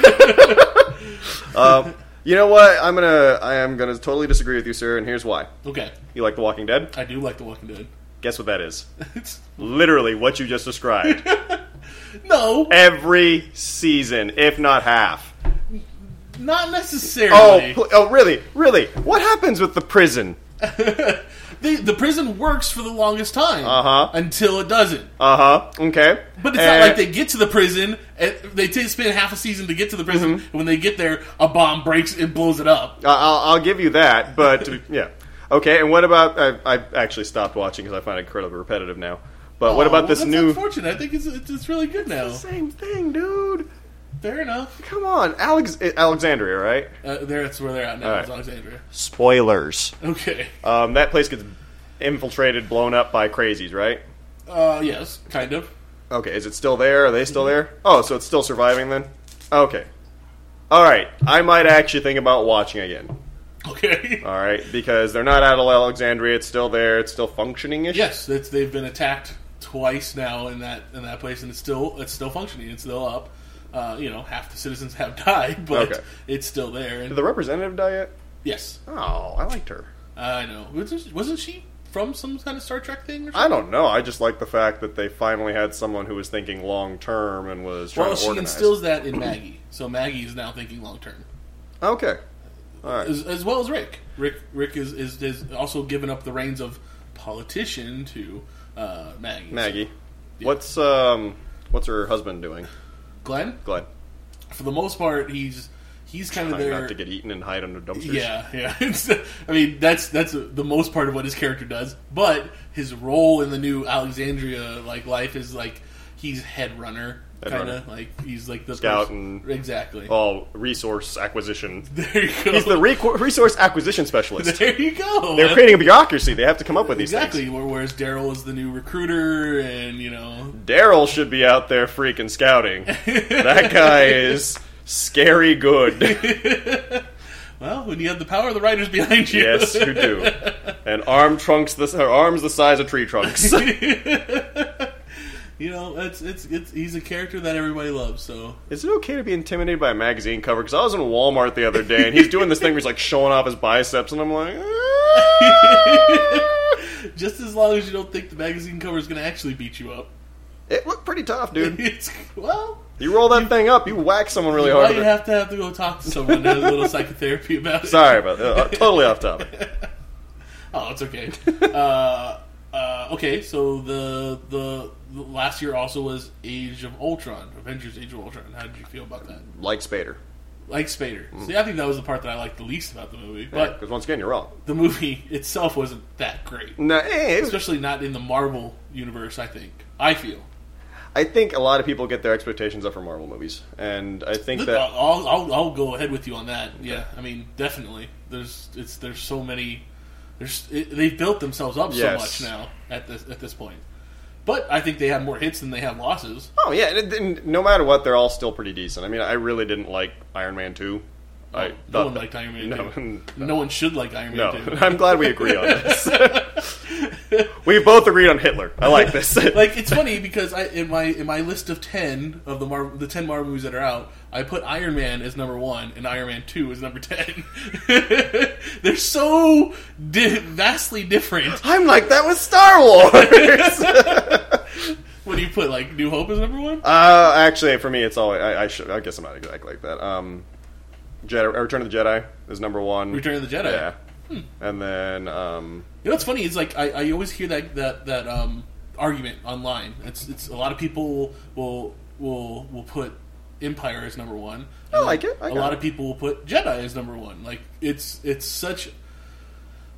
F: Um, You know what? I'm gonna I am gonna totally disagree with you, sir, and here's why.
G: Okay,
F: You like The Walking Dead?
G: I do like The Walking Dead.
F: Guess what that is?
G: It's-
F: Literally what you just described.
G: no,
F: Every season, if not half.
G: not
F: Oh,
G: necessarily.
F: pl- oh, really? Really? What happens with the prison?
G: the, the prison works for the longest time
F: Uh-huh.
G: until it doesn't.
F: Uh huh. Okay.
G: But it's
F: And-
G: not like they get to the prison. And they t- spend half a season to get to the prison.
F: Mm-hmm.
G: And when they get there, a bomb breaks and blows it up.
F: I- I'll, I'll give you that, but to be- yeah. Okay, and what about? I, I actually stopped watching because I find it incredibly repetitive now. But what
G: Oh,
F: about this
G: that's
F: new?
G: Unfortunate. I think it's, it's, it's really good now.
F: Same thing, dude.
G: Fair enough.
F: Come on, Alex eh, Alexandria, right?
G: Uh, there, it's where they're at now.
F: All right.
G: It's Alexandria.
F: Spoilers.
G: Okay.
F: Um, that place gets infiltrated, blown up by crazies, right?
G: Uh, yes, kind of.
F: Okay, is it still there? Are they still there? Oh, so it's still surviving then? Okay. All right, I might actually think about watching again.
G: Okay.
F: All right, because they're not out of Alexandria. It's still there. It's still functioning ish.
G: Yes, that's, they've been attacked twice now in that in that place, and it's still it's still functioning. It's still up. Uh, you know, half the citizens have died, but
F: Okay.
G: it's still there. And
F: Did the representative die yet?
G: yes,
F: Oh, I liked her.
G: I know. Wasn't, wasn't she from some kind of Star Trek thing? Or something?
F: I don't know. I just like the fact that they finally had someone who was thinking long term and was trying
G: Well,
F: to
G: she
F: organize.
G: instills that in Maggie, so Maggie is now thinking long term,
F: okay, all right.
G: as, as well as Rick. Rick Rick is, is is also given up the reins of politician to uh, Maggie.
F: Maggie, what's um, what's her husband doing?
G: Glenn,
F: Glad
G: for the most part, he's he's kind of
F: trying
G: there
F: not to get eaten and hide under dumpsters.
G: Yeah, yeah. It's, I mean, that's that's the most part of what his character does. But his role in the new Alexandria like life is like he's head runner,
F: Head
G: kind
F: runner.
G: of like he's like the
F: Scout
G: person-
F: and-
G: exactly.
F: Oh, resource acquisition.
G: there you go.
F: He's the reco- resource acquisition specialist.
G: there you go.
F: They're creating a bureaucracy. They have to come up with these
G: exactly.
F: things.
G: where- Whereas Daryl is the new recruiter, and you know,
F: Daryl should be out there freaking scouting. that guy is scary good.
G: well, when you have the power of the writers behind you,
F: Yes, you do. And arm trunks the or arms the size of tree trunks.
G: you know, it's, it's it's he's a character that everybody loves. So
F: Is it okay to be intimidated by a magazine cover? Because I was in Walmart the other day and he's doing this thing where he's like showing off his biceps, and I'm like, "Ah."
G: Just as long as you don't think the magazine cover is going to actually beat you up.
F: it looked pretty tough, dude.
G: It's, well,
F: You roll that thing up, you whack someone really
G: you
F: hard.
G: might
F: with it.
G: have to have to go talk to someone and have a little psychotherapy about it.
F: Sorry about that. Uh, totally off topic.
G: Oh, it's okay. uh, uh, okay, so the, the the last year also was Age of Ultron, Avengers: Age of Ultron. How did you feel about that?
F: Like Spader.
G: Like Spader.
F: Mm.
G: See, I think that was the part that I liked the least about the movie. But
F: Because once again, you're wrong.
G: the movie itself wasn't that great,
F: No, eh, it was
G: especially not in the Marvel universe. I think I feel
F: I think a lot of people get their expectations up for Marvel movies, and I think
G: Look,
F: that
G: I'll, I'll I'll go ahead with you on that. Yeah, I mean, definitely. There's it's there's so many. There's it, they've built themselves up
F: Yes.
G: so much now at this at this point. But I think they have more hits than they have losses.
F: oh yeah, and, it- and no matter what, they're all still pretty decent. I mean, I really didn't like Iron Man two. I
G: No
F: thought
G: one
F: that-
G: liked Iron Man.
F: No,
G: two. no one should like Iron
F: no.
G: Man. two.
F: I'm glad we agree on this. we both agreed on Hitler. I like this.
G: like it's funny because I in my in my list of ten of the Marvel the ten Marvel movies that are out, I put Iron Man as number one and Iron Man two is number ten. They're so di- vastly different.
F: I'm like that with Star Wars.
G: What do you put? Like New Hope is number one.
F: uh, actually, for me, it's always I, I should. I guess I'm not exactly like that. Um, Jedi, Return of the Jedi is number one.
G: Return of the Jedi. Hmm.
F: Yeah, and then um,
G: You know what's funny is like I, I always hear that that that um, argument online. It's it's a lot of people will will will put Empire as number one.
F: I like it. I
G: Hmm. A
F: got
G: lot
F: it.
G: of people will put Jedi as number one. Like it's it's such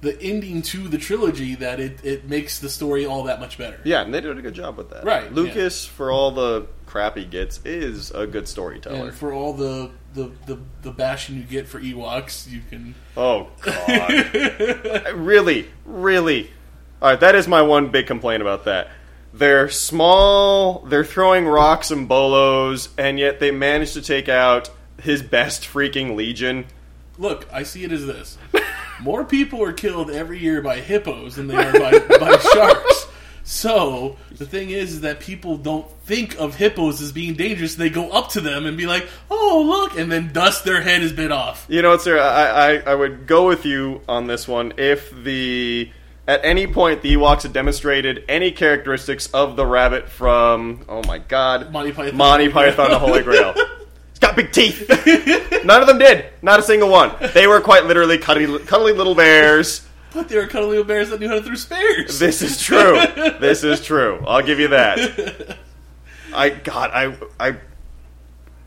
G: the ending to the trilogy that it, it makes the story all that much better.
F: Yeah, and they did a good job with that.
G: Right,
F: Lucas, for all the crap he gets, is a good storyteller.
G: And for all the the, the the bashing you get for Ewoks, you can
F: oh god, I- really, really. All right, that is my one big complaint about that. They're small. They're throwing rocks and bolos, and yet they managed to take out his best freaking legion.
G: look. I see it as this: more people are killed every year by hippos than they are by, by sharks. So the thing is, is that people don't think of hippos as being dangerous. They go up to them and be like, "Oh, look!" and then dust their head is bit off.
F: You know what, sir? I, I, I would go with you on this one if the at any point the Ewoks had demonstrated any characteristics of the rabbit from oh my god
G: Monty Python.
F: Monty Python the Holy Grail. It's got big teeth. None of them did. Not a single one. They were quite literally cuddly, cuddly little bears.
G: But they were cuddly little bears that knew how to throw spears.
F: This is true. This is true. I'll give you that. I God, I I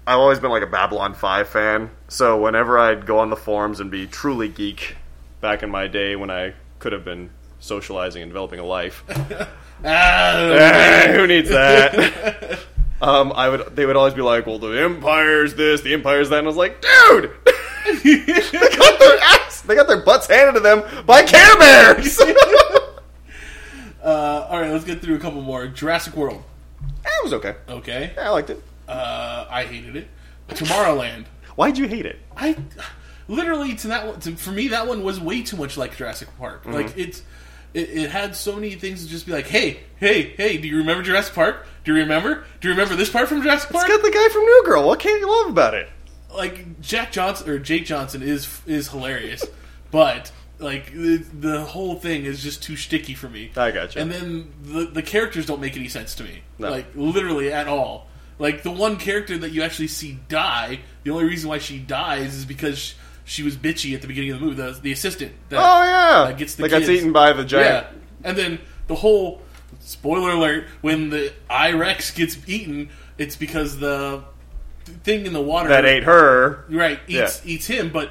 F: I've always been like a Babylon Five fan. So whenever I'd go on the forums and be truly geek back in my day when I could have been socializing and developing a life,
G: Ah,
F: Eh, who needs that? Um, I would. They would always be like, "Well, the empire's this, the empire's that," and I was like, "Dude, they
G: Uh,
F: got their ass, they got their butts handed to them by Care Bears." that
G: uh, all right, let's get through a couple more. Jurassic World.
F: was okay.
G: Okay,
F: Yeah, I liked it.
G: uh, I hated it. Tomorrowland.
F: Why'd you hate it?
G: I literally to that one, to, for me that one was way too much like Jurassic Park. Like it's it, it had so many things to just be like, hey, hey, hey, do you remember Jurassic Park? Do you remember? Do you remember this part from Jurassic Park?
F: It's got the guy from New Girl. What can't you love about it?
G: Like Jack Johnson or Jake Johnson is is hilarious, but like the, the whole thing is just too sticky for me.
F: I gotcha.
G: And then the the characters don't make any sense to me.
F: No.
G: Like literally at all. Like the one character that you actually see die, the only reason why she dies is because she, she was bitchy at the beginning of the movie. The, the assistant. That,
F: Oh yeah,
G: that gets the
F: that
G: kids.
F: gets eaten by the giant.
G: Yeah. And then the whole spoiler alert when the Irex gets eaten, it's because the thing in the water
F: That ate her.
G: right eats eats him, but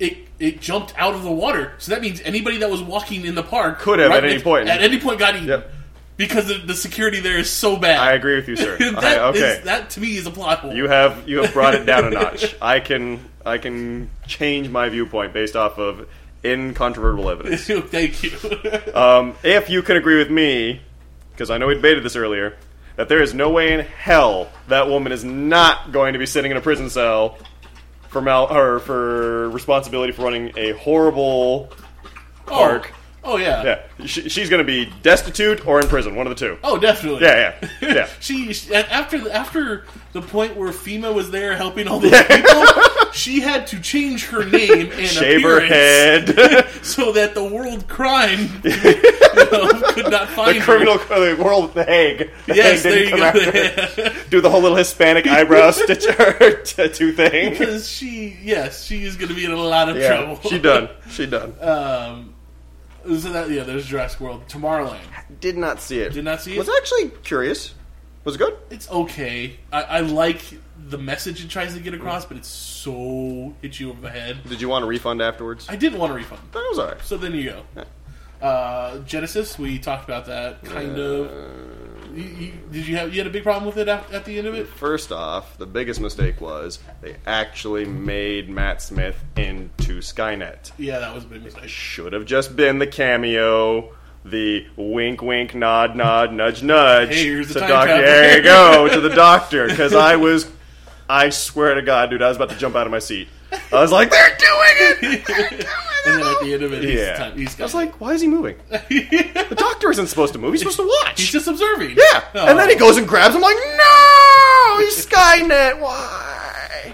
G: it it jumped out of the water. So that means anybody that was walking in the park
F: Could have
G: right
F: at any
G: next-
F: point.
G: At any point got eaten.
F: Yep.
G: Because the, the security there is so bad.
F: I agree with you, sir.
G: that,
F: I- okay,
G: is- that to me is a plot hole.
F: You have you have brought it down a notch. I can I can change my viewpoint based off of incontrovertible evidence.
G: Thank you.
F: Um, if you can agree with me, because I know we debated this earlier, that there is no way in hell that woman is not going to be sitting in a prison cell for mal or for responsibility for running a horrible. Park.
G: Oh, oh yeah.
F: Yeah, she, she's going to be destitute or in prison, one of the two.
G: Oh, definitely.
F: Yeah, yeah, yeah.
G: she, she and after the, after the point where FEMA was there helping all those people, she had to change her name and
F: Shave her
G: appearance
F: head.
G: so that the world crime you know, could not find
F: the
G: her.
F: criminal the world the Hague. The
G: Yes,
F: Hague
G: there
F: didn't
G: you
F: come
G: go.
F: after her. Do the whole little Hispanic eyebrow stitcher tattoo thing.
G: Because she, yes, she is going to be in a lot of
F: Yeah,
G: trouble.
F: she done. She done.
G: Um, so that yeah, there's Jurassic World, Tomorrowland.
F: did not see it.
G: Did not see it?
F: Was actually curious. Was it good?
G: It's okay. I, I like the message it tries to get across, but it's so hits you over the head.
F: Did you want a refund afterwards?
G: I didn't want a refund.
F: thought it was alright.
G: So then you go. Uh, Genesis, we talked about that kind of.
F: Uh,
G: You, you, did you have you had a big problem with it at, at the end of it?
F: First off, the biggest mistake was they actually made Matt Smith into Skynet.
G: Yeah, that was a big mistake.
F: Should have just been the cameo, the wink, wink, nod, nod, nudge, nudge.
G: Hey, here's the
F: to
G: time
F: doc-
G: travel.
F: There you go to the doctor because I was, I swear to God, dude, I was about to jump out of my seat. I was like, they're doing it. They're doing it.
G: And then at the end of it, he's,
F: Yeah,
G: time, he's
F: I was like, why is he moving? The doctor isn't supposed to move. He's supposed to watch.
G: he's just observing.
F: Yeah. And then he
G: Oh.
F: goes and grabs him like, no, he's Skynet. Why?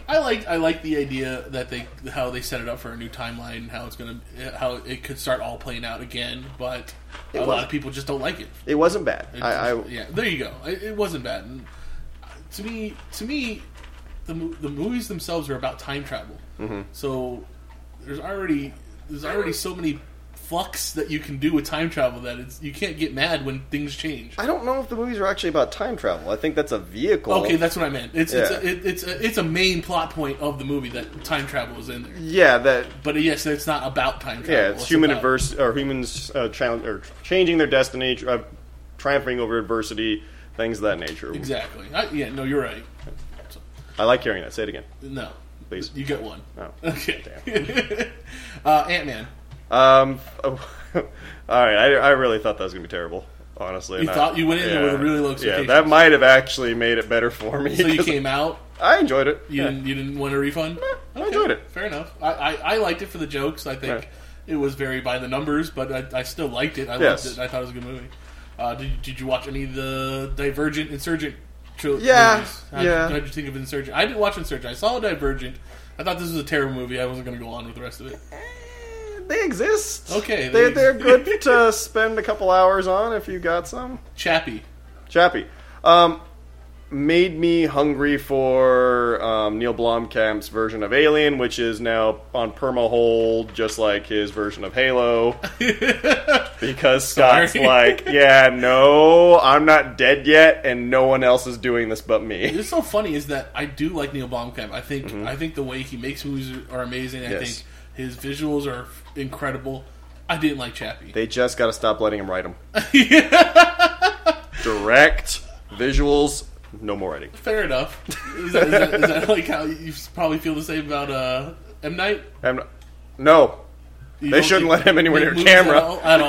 G: I like I like the idea that they how they set it up for a new timeline and how it's gonna how it could start all playing out again, but a lot
F: wasn't.
G: of people just don't like it.
F: It wasn't bad.
G: It
F: I, I
G: just- yeah, there you go. It, it wasn't bad. And uh, to me, to me, the mo- the movies themselves are about time travel.
F: Mm-hmm.
G: So there's already there's already so many flux that you can do with time travel that it's you can't get mad when things change.
F: I don't know if the movies are actually about time travel. I think that's a vehicle.
G: Okay, that's what I meant. It's it's
F: Yeah.
G: a, it, it's a, it's a main plot point of the movie that time travel is in there.
F: yeah, that
G: But uh, yes, it's not about time travel.
F: yeah, it's, human
G: Uh, about-
F: adverse or humans uh, challenge or changing their destiny, tri- triumphing over adversity, things of that nature.
G: Exactly. I, yeah. No, you're right.
F: I like hearing that. Say it again.
G: No.
F: Please.
G: You get one.
F: Oh.
G: Okay. uh, Ant Man.
F: Um. oh, all right. I, I really thought that was gonna be terrible. Honestly,
G: You
F: and I-
G: thought you went in there with really low
F: Yeah,
G: expectations.
F: that might have actually made it better for me.
G: So you
F: 'cause
G: came out.
F: I enjoyed it.
G: You
F: Yeah.
G: didn't. You didn't want a refund.
F: I enjoyed it.
G: Fair enough. I, I, I liked it for the jokes. I think
F: Yeah.
G: it was very by the numbers, but I, I still liked it. I
F: Yes.
G: loved it. I thought it was a good movie. Uh, did, did you watch any of the Divergent Insurgent trilogy?
F: Yeah, yeah.
G: How did you think of Insurgent? I didn't watch Insurgent. I saw Divergent. I thought this was a terrible movie. I wasn't going to go on with the rest of it.
F: They exist.
G: Okay,
F: they,
G: they-
F: they're good to spend a couple hours on if you got some.
G: Chappie.
F: Chappie, um, made me hungry for um, Neil Blomkamp's version of Alien, which is now on perma hold, just like his version of Halo. because Scott's
G: Sorry.
F: like, yeah, no, I'm not dead yet, and no one else is doing this but me.
G: It's so funny is that I do like Neil Blomkamp. I think I think the way he makes movies are amazing. I
F: Mm-hmm. Yes.
G: think his visuals are incredible. I didn't like Chappie.
F: They just got to stop letting him write them. Direct visuals, no more writing.
G: Fair enough. Is that, is, that, is that like how you probably feel the same about uh, M Night?
F: I'm not- no,
G: You
F: They
G: don't
F: shouldn't
G: think
F: let him anywhere
G: make
F: near
G: movies
F: camera.
G: at all. At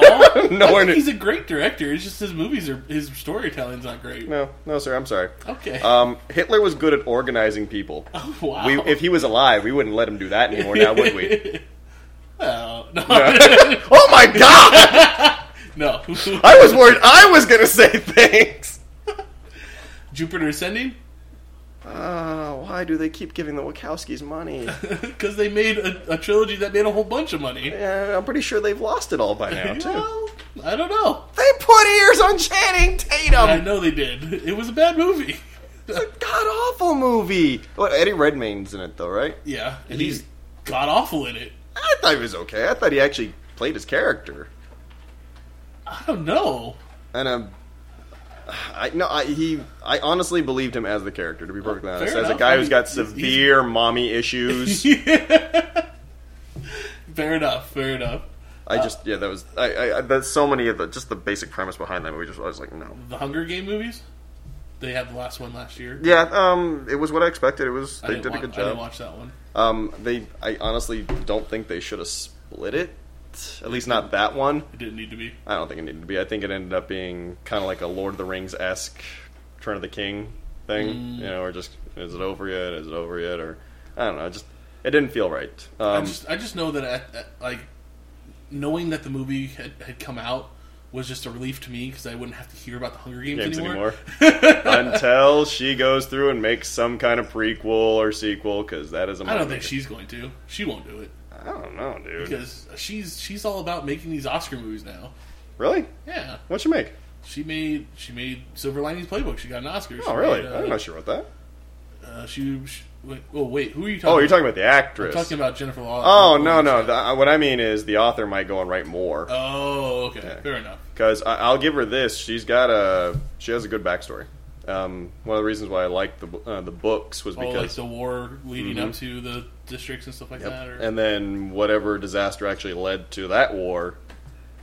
F: Nowhere
G: all? I think
F: near-
G: he's a great director. It's just his movies are his storytelling's not great.
F: no, no, sir, I'm sorry.
G: Okay. Oh.
F: Um, Hitler was good at organizing people.
G: wow.
F: We, if he was alive, we wouldn't let him do that anymore now, would we?
G: Well, no,
F: oh my god!
G: no.
F: I was worried I was gonna say things!
G: Jupiter Ascending
F: Uh, why do they keep giving the Wachowskis money?
G: because they made a, a trilogy that made a whole bunch of money.
F: Yeah, I'm pretty sure they've lost it all by now, too.
G: Well, I don't know.
F: They put ears on Channing
G: I
F: Tatum!
G: know they did. It was a bad movie.
F: God awful movie! What, Eddie Redmayne's in it, though, right?
G: yeah, and
F: He's-
G: he's god awful in it.
F: I thought he was okay. I thought he actually played his character.
G: I don't know.
F: And um, I no, I he I honestly believed him as the character. To be perfectly honest, as a
G: enough.
F: guy
G: I
F: who's
G: mean,
F: got
G: he's- he's-
F: severe mommy issues,
G: Fair enough. Fair enough. Uh,
F: I just yeah, that was I, I, I that's so many of the just the basic premise behind that movie. Just I was like no,
G: The Hunger Game movies. They had the last one last year.
F: yeah, um, it was what I expected. It was
G: I
F: they
G: didn't
F: did a
G: watch,
F: good
G: I didn't
F: job.
G: watch that one.
F: Um, they I honestly don't think they should have split it. At least not that one.
G: It didn't need to be.
F: I don't think it needed to be. I think it ended up being kind of like a Lord of the Rings esque Return of the King thing,
G: Mm.
F: you know, or just is it over yet? Is it over yet? Or I don't know. it Just it didn't feel right.
G: I
F: Um,
G: just I just know that at, at, like knowing that the movie had, had come out was just a relief to me because I wouldn't have to hear about the Hunger Games,
F: games
G: anymore.
F: anymore until she goes through and makes some kind of prequel or sequel because that is a
G: I don't
F: moneymaker.
G: think she's going to. She won't do it
F: I don't know, dude.
G: because she's she's all about making these Oscar movies now.
F: really?
G: Yeah,
F: What you make?
G: she made she made Silver Linings Playbook. She got an Oscar.
F: Oh,
G: She
F: really?
G: made,
F: I didn't
G: uh,
F: know she wrote that.
G: uh, she, she wait, oh wait, who are you talking?
F: Oh, you're talking about the
G: I'm
F: actress.
G: talking about Jennifer Lawrence.
F: oh no, no. The, what I mean is the author might go and write more.
G: Oh, okay,
F: Yeah.
G: fair enough.
F: because I'll give her this. She's got a she has a good backstory. Um, one of the reasons why I liked the uh, the books was
G: Oh, like
F: because Mhm.
G: the war leading up to the districts and stuff like that. Or,
F: and then whatever disaster actually led to that war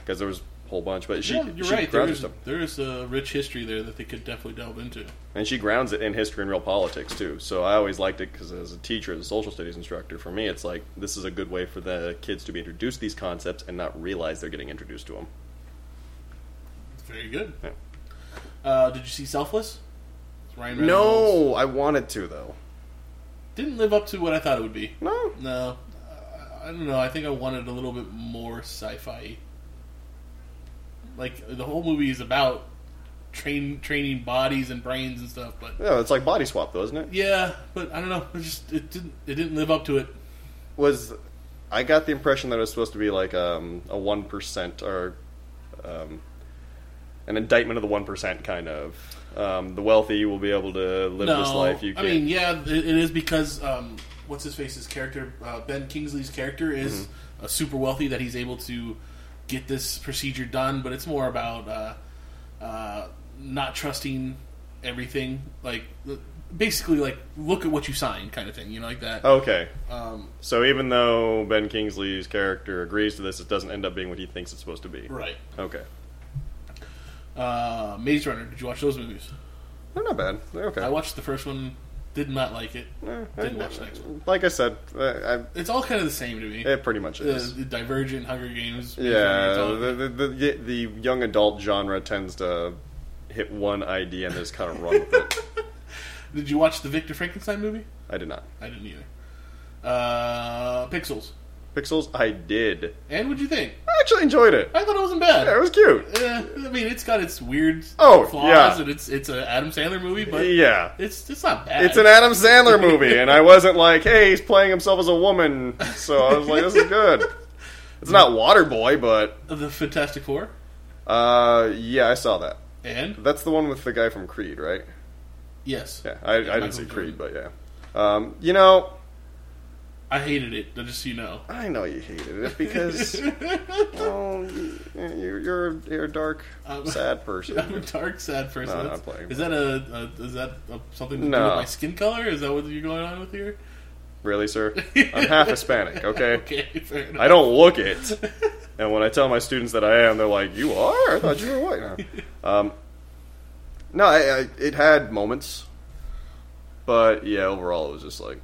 F: because there was a whole bunch. But she
G: yeah, you're
F: she
G: right. There
F: grounds
G: is,
F: them,
G: there is a rich history there that they could definitely delve into.
F: and she grounds it in history and real politics too. So I always liked it because as a teacher, as a social studies instructor, for me, it's like this is a good way for the kids to be introduced to these concepts and not realize they're getting introduced to them.
G: Very good.
F: Yeah.
G: Uh, did you see Selfless? It's Ryan Reynolds.
F: No, I wanted to though.
G: didn't live up to what I thought it would be.
F: No,
G: No, I, I don't know. I think I wanted a little bit more sci-fi. Like the whole movie is about train training bodies and brains and stuff, but
F: yeah, it's like body swap though, isn't it?
G: yeah, but I don't know. It just it didn't it didn't live up to it.
F: was I got the impression that it was supposed to be like um, a one percent or um, an indictment of the one percent kind of um, the wealthy will be able to live
G: no,
F: this life. You
G: I
F: can.
G: mean, yeah, it, it is because um, what's his face's character, uh, Ben Kingsley's character, is
F: Mm-hmm.
G: uh, super wealthy that he's able to get this procedure done. But it's more about uh, uh, not trusting everything, like l- basically like look at what you sign, kind of thing. You know, like that.
F: Okay,
G: Um,
F: so even though Ben Kingsley's character agrees to this, it doesn't end up being what he thinks it's supposed to be.
G: right.
F: Okay,
G: Uh, Maze Runner. Did you watch those movies?
F: they're not bad. They're okay.
G: I watched the first one. Did not like it.
F: Eh, I-
G: Didn't watch the next one.
F: Like I said, I,
G: It's all kind of the same to me.
F: I, it pretty much
G: Uh,
F: is.
G: Divergent, Hunger Games. Maze Runner,
F: Yeah,
G: it's all-
F: the, the, the, the young adult genre tends to hit one idea and just kind of run with it.
G: Did you watch the Victor Frankenstein movie?
F: I did not.
G: I didn't either. Uh, Pixels.
F: Pixels? I did.
G: And what'd you think?
F: I actually enjoyed it.
G: I thought it wasn't bad.
F: Yeah, it was cute.
G: Eh, I mean, it's got its weird
F: Oh,
G: flaws,
F: yeah.
G: and it's it's an Adam Sandler movie, but
F: Yeah.
G: it's it's not bad.
F: It's an Adam Sandler movie, and I wasn't like, hey, he's playing himself as a woman. So I was like, this is good. It's not Waterboy, but
G: the Fantastic Four,
F: uh, yeah, I saw that.
G: and
F: That's the one with the guy from Creed, right?
G: yes,
F: Yeah, I, I
G: Michael
F: didn't see
G: Jordan.
F: Creed, but yeah. Um, you know,
G: I hated it. Just so you know,
F: I know you hated it because well, you, you're, you're you're a dark,
G: Um,
F: sad
G: I'm a
F: person.
G: dark, sad person.
F: No,
G: That's-
F: I'm playing.
G: Is that a, a is that a, something to do
F: No.
G: with my skin color? Is that what you're going on with here?
F: really, sir? I'm half Hispanic. Okay,
G: okay, fair enough.
F: I don't look it. And when I tell my students that I am, they're like, "You are? I thought you were white." No, um, no I, I, it had moments, but yeah, overall it was just like,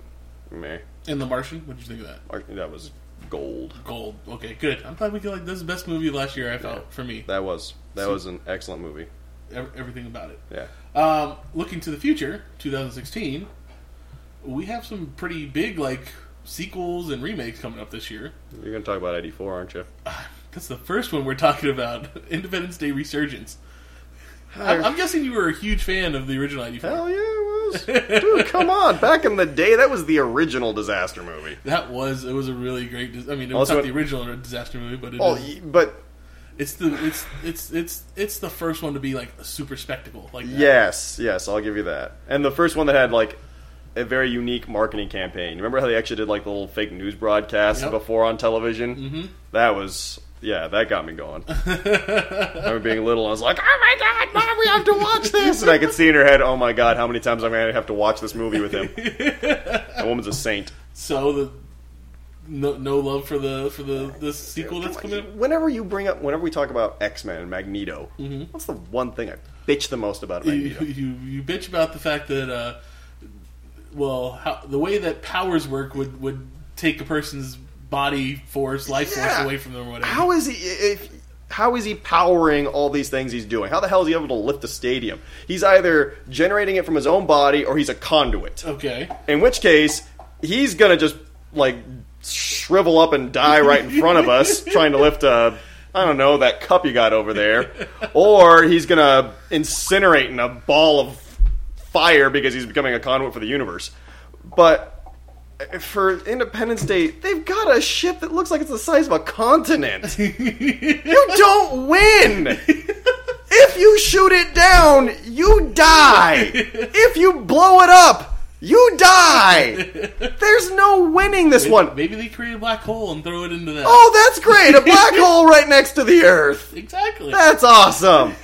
F: meh.
G: And The Martian, what'd you think of that?
F: Like, That was gold.
G: Gold. Okay, good. I'm glad we could like this is the best movie of last year. I felt for me,
F: That was that was an excellent movie.
G: Ev- everything about it.
F: Yeah.
G: Um, looking to the future, 2016, we have some pretty big like sequels and remakes coming up this year.
F: You're gonna talk about '84, aren't you?
G: That's the first one we're talking about: Independence Day Resurgence. I'm, I'm guessing you were a huge fan of the original '94.
F: Hell yeah, it was. Dude, come on. Back in the day, that was the original disaster movie.
G: That was it was a really great. dis- I mean, it was
F: Also-
G: not the original disaster movie, but it
F: Oh,
G: is-
F: y- but
G: it's the it's it's it's it's the first one to be like a super spectacle. Like that.
F: yes, yes, I'll give you that. And the first one that had like a very unique marketing campaign. Remember how they actually did like the little fake news broadcasts
G: Yep.
F: before on television? Mm-hmm. That was yeah, that got me going. I remember being little, I was like, "Oh my god, mom, we have to watch this!" And I could see in her head, "Oh my god, how many times am I going to have to watch this movie with him?" that woman's a saint.
G: So the no no love for the for the the sequel that's coming. out?
F: Whenever you bring up, whenever we talk about X Men and Magneto, what's the one thing I bitch the most about
G: you,
F: Magneto?
G: you you bitch about the fact that uh, well how, the way that powers work would would take a person's body force life force
F: Yeah.
G: away from them or whatever.
F: how is he? If, how is he powering all these things he's doing? How the hell is he able to lift a stadium? He's either generating it from his own body or he's a conduit.
G: okay,
F: In which case, he's gonna just like shrivel up and die right in front of us, trying to lift a. I don't know that cup you got over there, or he's gonna incinerate in a ball of fire because he's becoming a conduit for the universe. But eh, for Independence Day, they've got a ship that looks like it's the size of a continent. you don't win. If you shoot it down, you die. If you blow it up, you die. There's no winning this one.
G: maybe they create a black hole and throw it into that.
F: Oh, that's great. A black hole right next to the Earth.
G: exactly.
F: That's awesome.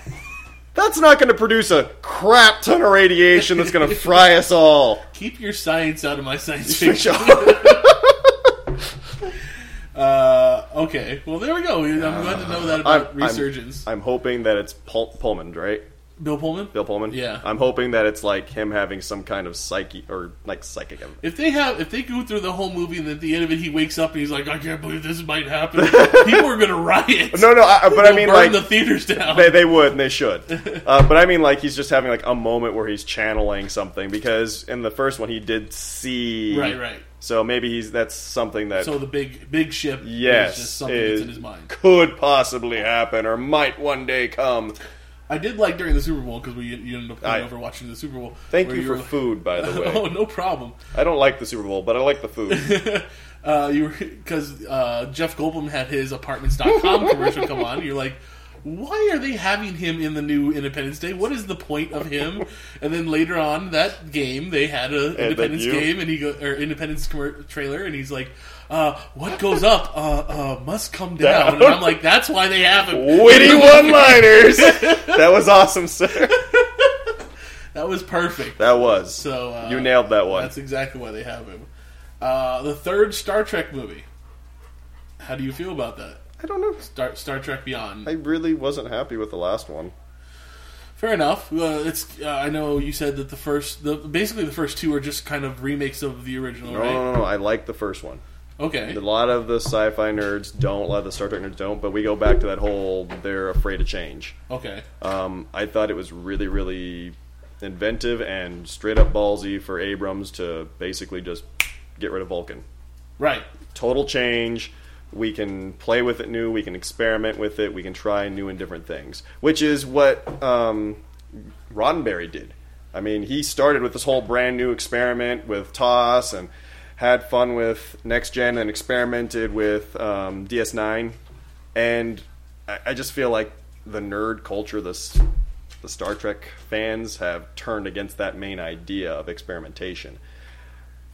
F: That's not going to produce a crap ton of radiation that's going to fry us all.
G: Keep your science out of my science
F: For
G: fiction.
F: sure.
G: Uh, okay, well there we go. I'm glad to know that about Resurgence.
F: Uh, I'm hoping that it's Pul- Pullman, right?
G: Bill Pullman.
F: Bill Pullman.
G: Yeah.
F: I'm hoping that it's like him having some kind of psyche or like psychic.
G: If they have, if they go through the whole movie and at the end of it he wakes up and he's like, "I can't believe this might happen," people are gonna riot.
F: No, no, I, but I
G: They'll
F: mean
G: burn
F: like
G: the theaters down.
F: They, they would and they should. Uh, but I mean, like, he's just having, like, a moment where he's channeling something because in the first one he did see.
G: Right, right.
F: So maybe he's that's something that
G: So the big big ship
F: Yes,
G: is just something
F: is-
G: that's in his mind.
F: could possibly happen or might one day come.
G: I did like during the Super Bowl because we you ended up coming
F: I-
G: over watching the Super Bowl.
F: Thank
G: where
F: you for
G: were-
F: food, by the
G: Oh
F: way.
G: no problem.
F: I don't like the Super Bowl, but I like the food.
G: Uh, you because uh, Jeff Goldblum had his Apartments.com commercial come on. You're like, why are they having him in the new Independence Day? What is the point of him? And then later on that game, they had a
F: then
G: Independence
F: you-
G: game and he go, or Independence commer- trailer, and he's like. Uh, what goes up uh, uh, must come down.
F: Down.
G: And I'm like, that's why they have him.
F: Witty one-liners. that was awesome, sir.
G: That was perfect.
F: That was.
G: So, uh,
F: you nailed that one.
G: That's exactly why they have him. Uh, the third Star Trek movie. How do you feel about that?
F: I don't know.
G: Star, Star Trek Beyond.
F: I really wasn't happy with the last one.
G: Fair enough. Uh, it's. Uh, I know you said that the first, the basically the first two are just kind of remakes of the original,
F: No,
G: right?
F: no, no, no. I like the first one.
G: Okay.
F: A lot of the sci-fi nerds don't. A lot of the Star Trek nerds don't. But we go back to that whole they're afraid of change.
G: Okay.
F: Um, I thought it was really, really inventive and straight up ballsy for Abrams to basically just get rid of Vulcan.
G: Right.
F: total change. We can play with it new. We can experiment with it. We can try new and different things, which is what um, Roddenberry did. I mean, he started with this whole brand new experiment with TOS and had fun with Next Gen and experimented with um, DS9. And I, I just feel like the nerd culture, this the Star Trek fans have turned against that main idea of experimentation.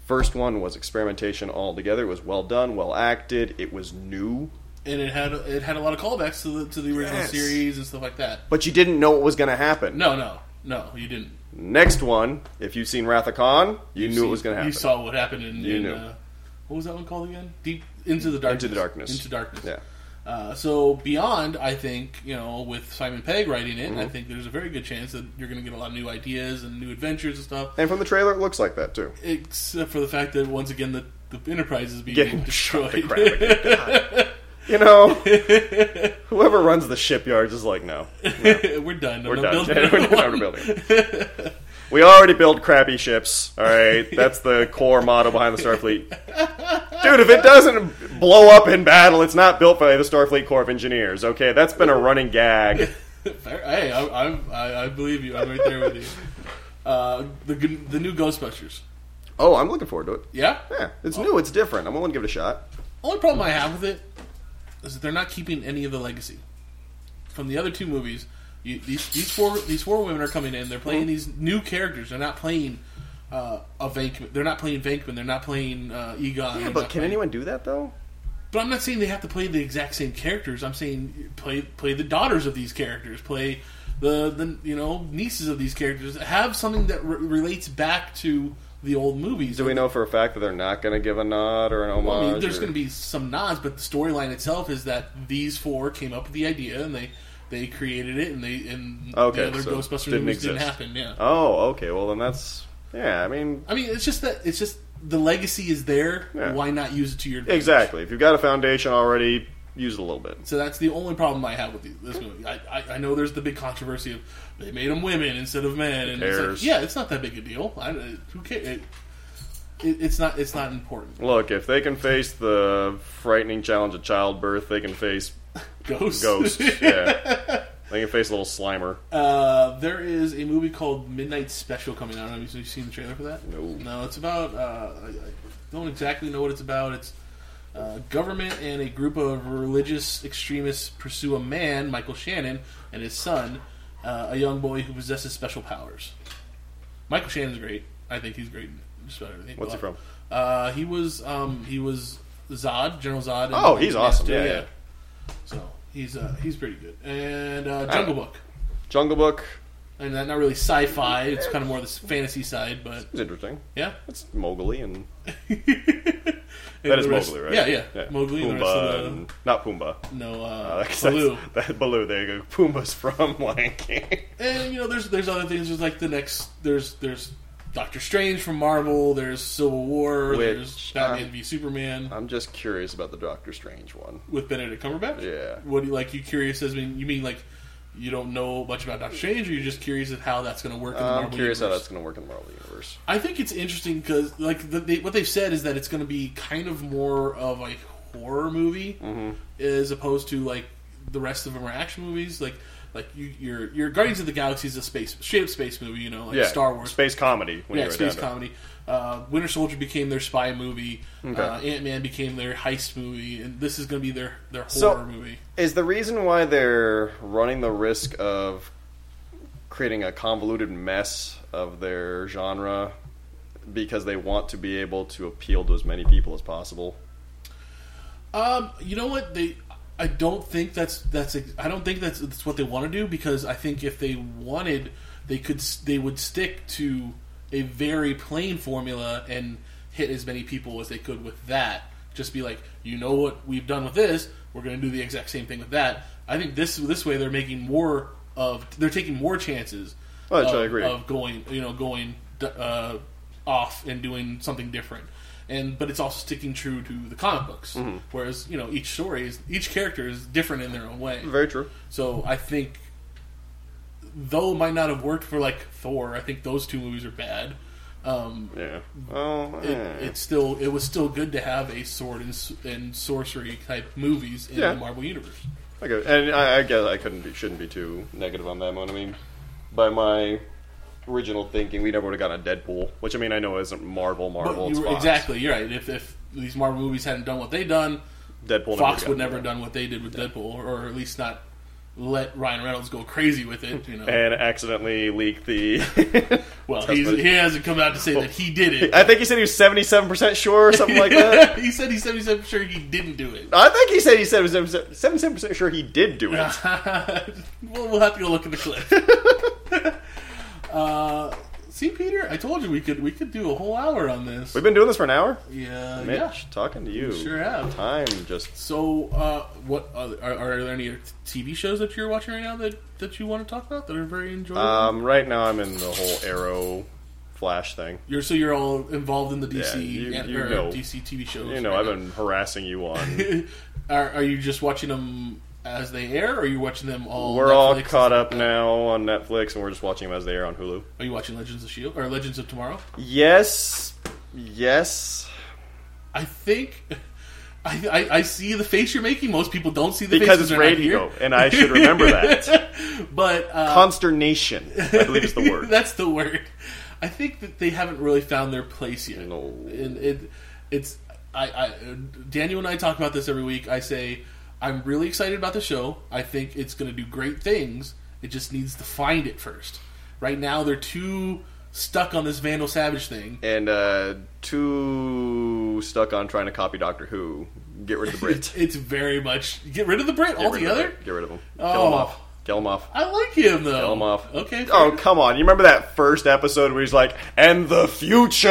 F: First one was experimentation altogether. It was well done, well acted. It was new,
G: And it had it had a lot of callbacks to the to the original
F: Yes.
G: series and stuff like that.
F: but you didn't know what was going to happen.
G: No, no, no, you didn't.
F: Next one, if you've seen Wrath of Khan, you, knew it was going to happen.
G: You saw what happened in,
F: You
G: in,
F: knew.
G: Uh, what was that one called again? Deep into the darkness.
F: Into the darkness.
G: Into darkness.
F: Yeah.
G: Uh, so beyond, I think you know, with Simon Pegg writing it,
F: Mm-hmm.
G: I think there's a very good chance that you're going to get a lot of new ideas and new adventures and stuff.
F: And from the trailer, it looks like that too.
G: Except for the fact that once again the, the Enterprise is being
F: Getting shot to
G: destroyed.
F: crap again. God. You know, whoever runs the shipyards is like, no,
G: We're done.
F: we're
G: I'm
F: done.
G: building
F: We're
G: another
F: done
G: one.
F: building. We already build crappy ships. All right, that's the core motto behind the Starfleet. Dude, if it doesn't blow up in battle, it's not built by the Starfleet Corps of Engineers. Okay, that's been a running gag.
G: Fair- Hey, I, I'm- I, I believe you. I'm right there with you. Uh, the g- the new Ghostbusters.
F: Oh, I'm looking forward to it.
G: Yeah.
F: Yeah, Oh. it's new. It's different. I'm willing to give it a shot.
G: Only problem I have with it is that they're not keeping any of the legacy from the other two movies. You, these these four these four women are coming in. They're
F: Mm-hmm.
G: playing these new characters. They're not playing uh, a Vankman. They're not playing Vankman. They're not playing uh, Egon.
F: Yeah,
G: They're
F: but
G: not
F: can
G: playing-
F: anyone do that though?
G: But I'm not saying they have to play the exact same characters. I'm saying play play the daughters of these characters. Play the the you know nieces of these characters. Have something that re- relates back to the old movies.
F: Do we know for a fact that they're not going to give a nod or an homage?
G: Well, I mean, there's
F: or-
G: going to be some nods, but the storyline itself is that these four came up with the idea and they they created it and they and
F: Okay,
G: the other
F: so
G: Ghostbusters
F: didn't
G: movies didn't
F: exist.
G: happen. Yeah,
F: Oh, okay. Well, then that's yeah. I mean,
G: I mean, it's just that it's just the legacy is there.
F: Yeah.
G: Why not use it to your advantage?
F: exactly. If you've got a foundation already, use it a little bit.
G: So that's the only problem I have with the- this movie. I, I, I know there's the big controversy of they made them women instead of men, and it's like,
F: cares?
G: yeah, it's not that big a deal. I, uh, who cares? It, it, it's not it's not important.
F: Look, if they can face the frightening challenge of childbirth, they can face
G: Ghosts.
F: ghosts. yeah, they can face a little Slimer.
G: Uh, there is a movie called Midnight Special coming out. Have you seen the trailer for that?
F: No.
G: No, it's about. Uh, I, I don't exactly know what it's about. It's uh, government and a group of religious extremists pursue a man, Michael Shannon, and his son, uh, a young boy who possesses special powers. Michael Shannon's great. I think he's great. in Just about everything.
F: What's he from?
G: Uh, he was um, he was Zod, General Zod. in
F: Oh, he's
G: Master,
F: awesome. Yeah, yeah.
G: So he's uh, he's pretty good. And uh, Jungle Book
F: Jungle Book
G: and not, not really sci-fi. It's kind of more the s- fantasy side, but
F: is interesting.
G: yeah.
F: It's Mowgli and
G: And
F: that is
G: the rest-
F: Mowgli, right?
G: Yeah, yeah, Mowgli and the rest
F: Pumbaa
G: of
F: and- not Pumbaa.
G: the no
F: Uh,
G: uh,
F: 'cause that's-
G: Baloo.
F: That Baloo. There you go. Pumbaa's from Lion King.
G: And you know, there's there's other things. There's like the next. There's there's Doctor Strange from Marvel. There's Civil War.
F: Which,
G: there's Batman
F: um,
G: v Superman
F: I'm just curious about the Doctor Strange one.
G: with Benedict Cumberbatch.
F: Yeah.
G: What do you like? You curious as mean? You mean like you don't know much about Doctor Strange, or you're just curious at how that's going to work? in the
F: I'm
G: Marvel
F: curious how
G: universe?
F: that's going to work in the Marvel universe.
G: I think it's interesting because like the, they, what they've said is that it's going to be kind of more of a horror movie
F: Mm-hmm.
G: as opposed to like the rest of them are action movies. Like like you, your your Guardians of the Galaxy is a space straight up space movie, you know, like
F: yeah,
G: Star Wars,
F: space comedy. When
G: yeah,
F: you
G: space comedy. Uh, Winter Soldier became their spy movie. Uh,
F: Okay.
G: Ant Man became their heist movie, and this is going to be their their horror
F: So-
G: movie.
F: Is the reason why they're running the risk of creating a convoluted mess of their genre because they want to be able to appeal to as many people as possible?
G: Um, you know what they? I don't think that's that's ex- I don't think that's, that's what they want to do because I think if they wanted, they could s- they would stick to a very plain formula and hit as many people as they could with that. Just be like, you know what we've done with this, we're going to do the exact same thing with that. I think this this way they're making more of they're taking more chances.
F: Oh, I
G: of,
F: totally agree.
G: Of going, you know, going uh, off and doing something different, and but it's also sticking true to the comic books.
F: Mm-hmm.
G: Whereas you know each story is each character is different in their own way.
F: Very true.
G: So I think though it might not have worked for like Thor, I think those two movies are bad. Um,
F: Yeah. Well,
G: it,
F: eh.
G: it's still it was still good to have a sword and, s- and sorcery type movies in
F: Yeah.
G: the Marvel universe.
F: Okay, and I, I guess I couldn't be, shouldn't be too negative on that one. I mean, by my original thinking, we never would have gotten a Deadpool, which I mean, I know isn't Marvel.
G: But
F: Marvel,
G: you
F: it's
G: were-
F: Fox.
G: exactly, you're right. If, if these Marvel movies hadn't done what they done,
F: Deadpool.
G: Fox would
F: gotten
G: never
F: that.
G: have done what they did with Deadpool, or at least not let Ryan Reynolds go crazy with it. You know,
F: And accidentally leaked the.
G: well, he's,
F: what-
G: he hasn't come out to say that he did it.
F: I think he said he was seventy-seven percent sure or something like that.
G: he said he's seventy seven sure he didn't do it.
F: I think he said he said he was seventy-seven percent sure he did do it.
G: well, we'll have to go look at the clip. uh, see, Peter, I told you we could we could do a whole hour on this.
F: We've been doing this for an hour.
G: Yeah,
F: Mitch,
G: yeah,
F: talking to you.
G: sure have.
F: Time just.
G: So, uh, what are, are, are there any TV shows that you're watching right now that, that you want to talk about that are very enjoyable?
F: Um, right now, I'm in the whole Arrow, Flash thing.
G: you're so you're all involved in the DC
F: Yeah, you- you
G: or
F: know.
G: DC TV shows.
F: You know,
G: right
F: I've been harassing you on
G: now. are, are you just watching them as they air, or are you watching them all?
F: We're all
G: Netflix?
F: caught up now on Netflix, and we're just watching them as they air on Hulu.
G: Are you watching Legends of Shield E or Legends of Tomorrow?
F: Yes, yes,
G: I think. I, I, I see the face you're making. Most people don't see the
F: because it's
G: faces they're not here.
F: radio, and I should remember that.
G: But uh,
F: Consternation, I believe is the word.
G: That's the word. I think that they haven't really found their place yet.
F: No.
G: And it, it's I, I Daniel and I talk about this every week. I say I'm really excited about the show. I think it's going to do great things. It just needs to find it first. Right now, they're too stuck on this Vandal Savage thing.
F: And uh, too stuck on trying to copy Doctor Who. Get rid of the Brit.
G: It's very much get rid of the Brit
F: Get rid of the
G: altogether.
F: Brit. Get rid of him. Kill him
G: Oh.
F: off. Kill him off.
G: I like him though.
F: Kill him off.
G: Okay. fair
F: Oh come on! You remember that first episode where he's like, "And the future"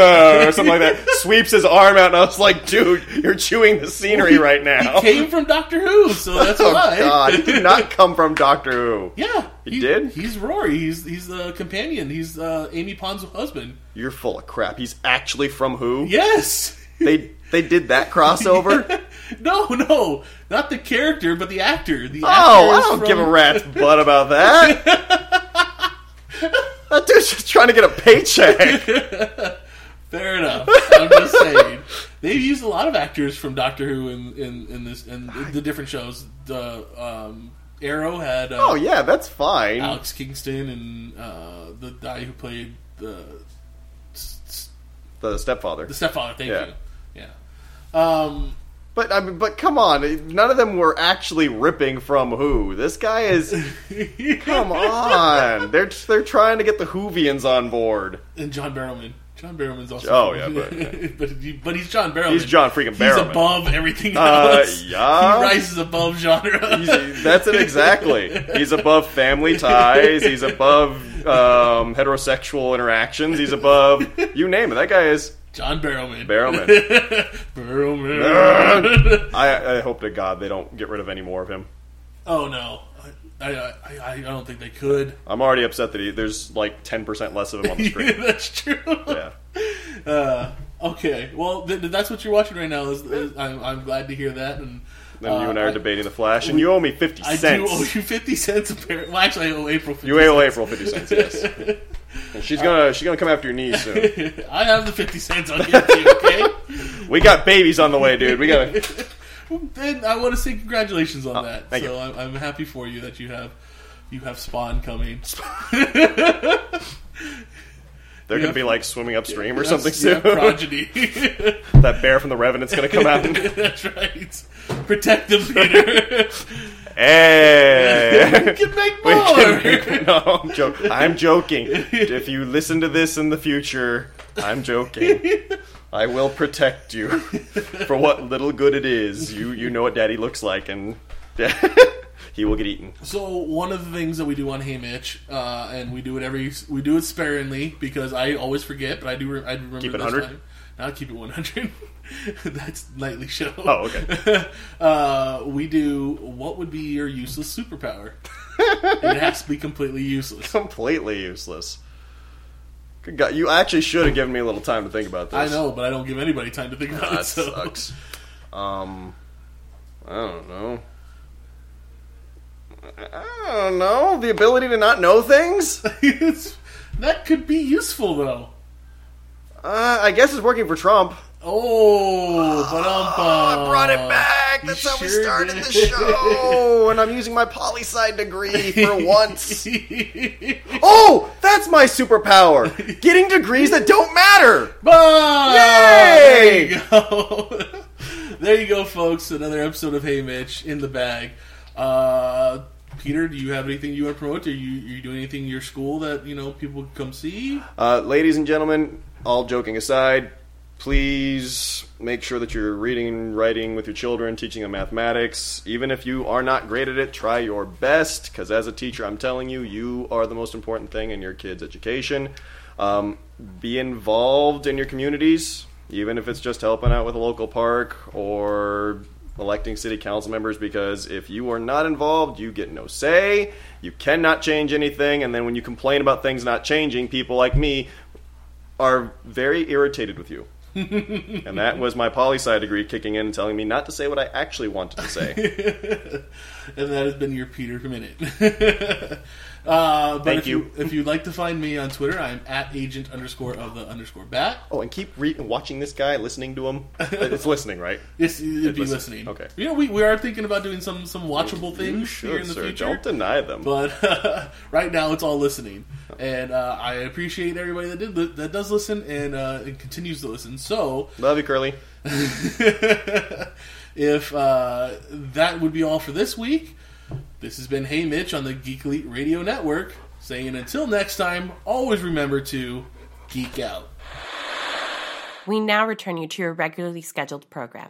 F: or something like that. Sweeps his arm out, and I was like, "Dude, you're chewing the scenery right now."
G: He came from Doctor Who, so that's
F: Oh
G: why.
F: God! He did not come from Doctor Who.
G: yeah,
F: He did?
G: He's Rory. He's he's the companion. He's uh, Amy Pond's husband.
F: You're full of crap. He's actually from Who.
G: Yes.
F: They they did that crossover.
G: no, no, not the character, but the actor. The
F: Oh, I
G: actor is
F: don't
G: from-
F: give a rat's butt about that. that dude's just trying to get a paycheck.
G: Fair enough. I'm just saying they've used a lot of actors from Doctor Who in in, in this in the different shows. The um, Arrow had uh,
F: Oh yeah, that's fine.
G: Alex Kingston and uh, the guy who played the s- s-
F: The stepfather.
G: the stepfather. Thank
F: Yeah.
G: you. Yeah. Um,
F: But I mean, but come on, none of them were actually ripping from Who. This guy is. Come on, they're they're trying to get the Whovians on board.
G: and John Barrowman. John Barrowman's also.
F: Oh, yeah, but-
G: but, he- but he's John Barrowman.
F: He's John freaking
G: He's
F: Barrowman.
G: above everything
F: Uh,
G: else.
F: yeah.
G: He rises above genre.
F: He's, that's it exactly. He's above family ties. He's above um, heterosexual interactions. He's above you name it. That guy is
G: John Barrowman.
F: Barrowman.
G: Barrowman.
F: I, I hope to God they don't get rid of any more of him.
G: oh no, I, I I I don't think they could.
F: I'm already upset that he, there's like 10% less of him on the screen.
G: That's true.
F: Yeah.
G: Uh, okay, well th- th- that's what you're watching right now. Is, is- I'm, I'm glad to hear that. And
F: Then you and I
G: uh,
F: are debating the Flash, and you owe me 50
G: I do
F: cents.
G: owe you fifty cents. Apparently, well, actually, I owe April. 50
F: You owe
G: cents.
F: April 50 cents, yes. And she's gonna she's gonna come after your knees soon.
G: I have the fifty cents. I'll give it to you. Okay.
F: We got babies on the way, dude. We gotta.
G: then I want to say congratulations on that. So
F: Oh, thank you.
G: I'm, I'm happy for you that you have you have Spawn coming.
F: They're
G: Yeah.
F: gonna be like swimming upstream or
G: You have-
F: something
G: you
F: soon.
G: have progeny.
F: that bear from the Revenant's gonna come out. And,
G: That's right. Protect them, Peter.
F: hey.
G: we can make
F: We
G: more.
F: can make- no, I'm, jo- I'm joking. If you listen to this in the future, I'm joking. I will protect you for what little good it is. You you know what Daddy looks like, and he will get eaten.
G: So one of the things that we do on Hey Mitch, uh, and we do it every we do it sparingly because I always forget, but I do re- I remember
F: Keep it
G: this
F: 100?
G: time. Now keep it one hundred. That's nightly show.
F: Oh, okay.
G: uh, we do what would be your useless superpower? it has to be completely useless.
F: Completely useless. Good God, you actually should have given me a little time to think about
G: I
F: this.
G: know, but I don't give anybody time to think about
F: that
G: it. So.
F: sucks. Um, I don't know. I don't know the ability to not know things. Uh,
G: It's- that could be useful though.
F: Uh, I guess it's working for Trump.
G: Oh, but
F: Ah, I brought it back.
G: You
F: That's how we
G: sure
F: started the
G: did.
F: show, and I'm using my poli sci degree for once. oh, that's my superpower: getting degrees that don't matter.
G: There
F: Yay!
G: you go. there you go, folks. Another episode of Hey Mitch in the bag. Uh, Peter, do you have anything you want to promote? Are you, are you doing anything in your school that you know people can come see?
F: Uh, ladies and gentlemen, all joking aside, please make sure that you're reading and writing with your children, teaching them mathematics. Even if you are not great at it, try your best, because as a teacher, I'm telling you, you are the most important thing in your kids' education. Um, be involved in your communities, even if it's just helping out with a local park or electing city council members because if you are not involved, you get no say. You cannot change anything. And then when you complain about things not changing, people like me are very irritated with you. and that was my poli sci degree kicking in and telling me not to say what I actually wanted to say.
G: and that has been your Peter Minute. uh, but
F: Thank
G: if you.
F: you.
G: If you'd like to find me on Twitter, I'm at agent underscore of the underscore bat.
F: oh, and keep re- watching this guy, listening to him. It's listening, right?
G: It's, it'd be
F: listen.
G: listening.
F: Okay.
G: You know, we, we are thinking about doing some some watchable
F: You
G: things here
F: should,
G: in the
F: sir.
G: future.
F: Don't deny them.
G: but right now it's all listening, and uh, I appreciate everybody that did li- that does listen and uh, and continues to listen. So
F: Love you, Curly.
G: if uh, that would be all for this week, this has been Hey Mitch on the Geek Elite Radio Network. Saying until next time, always remember to geek out.
A: We now return you to your regularly scheduled program.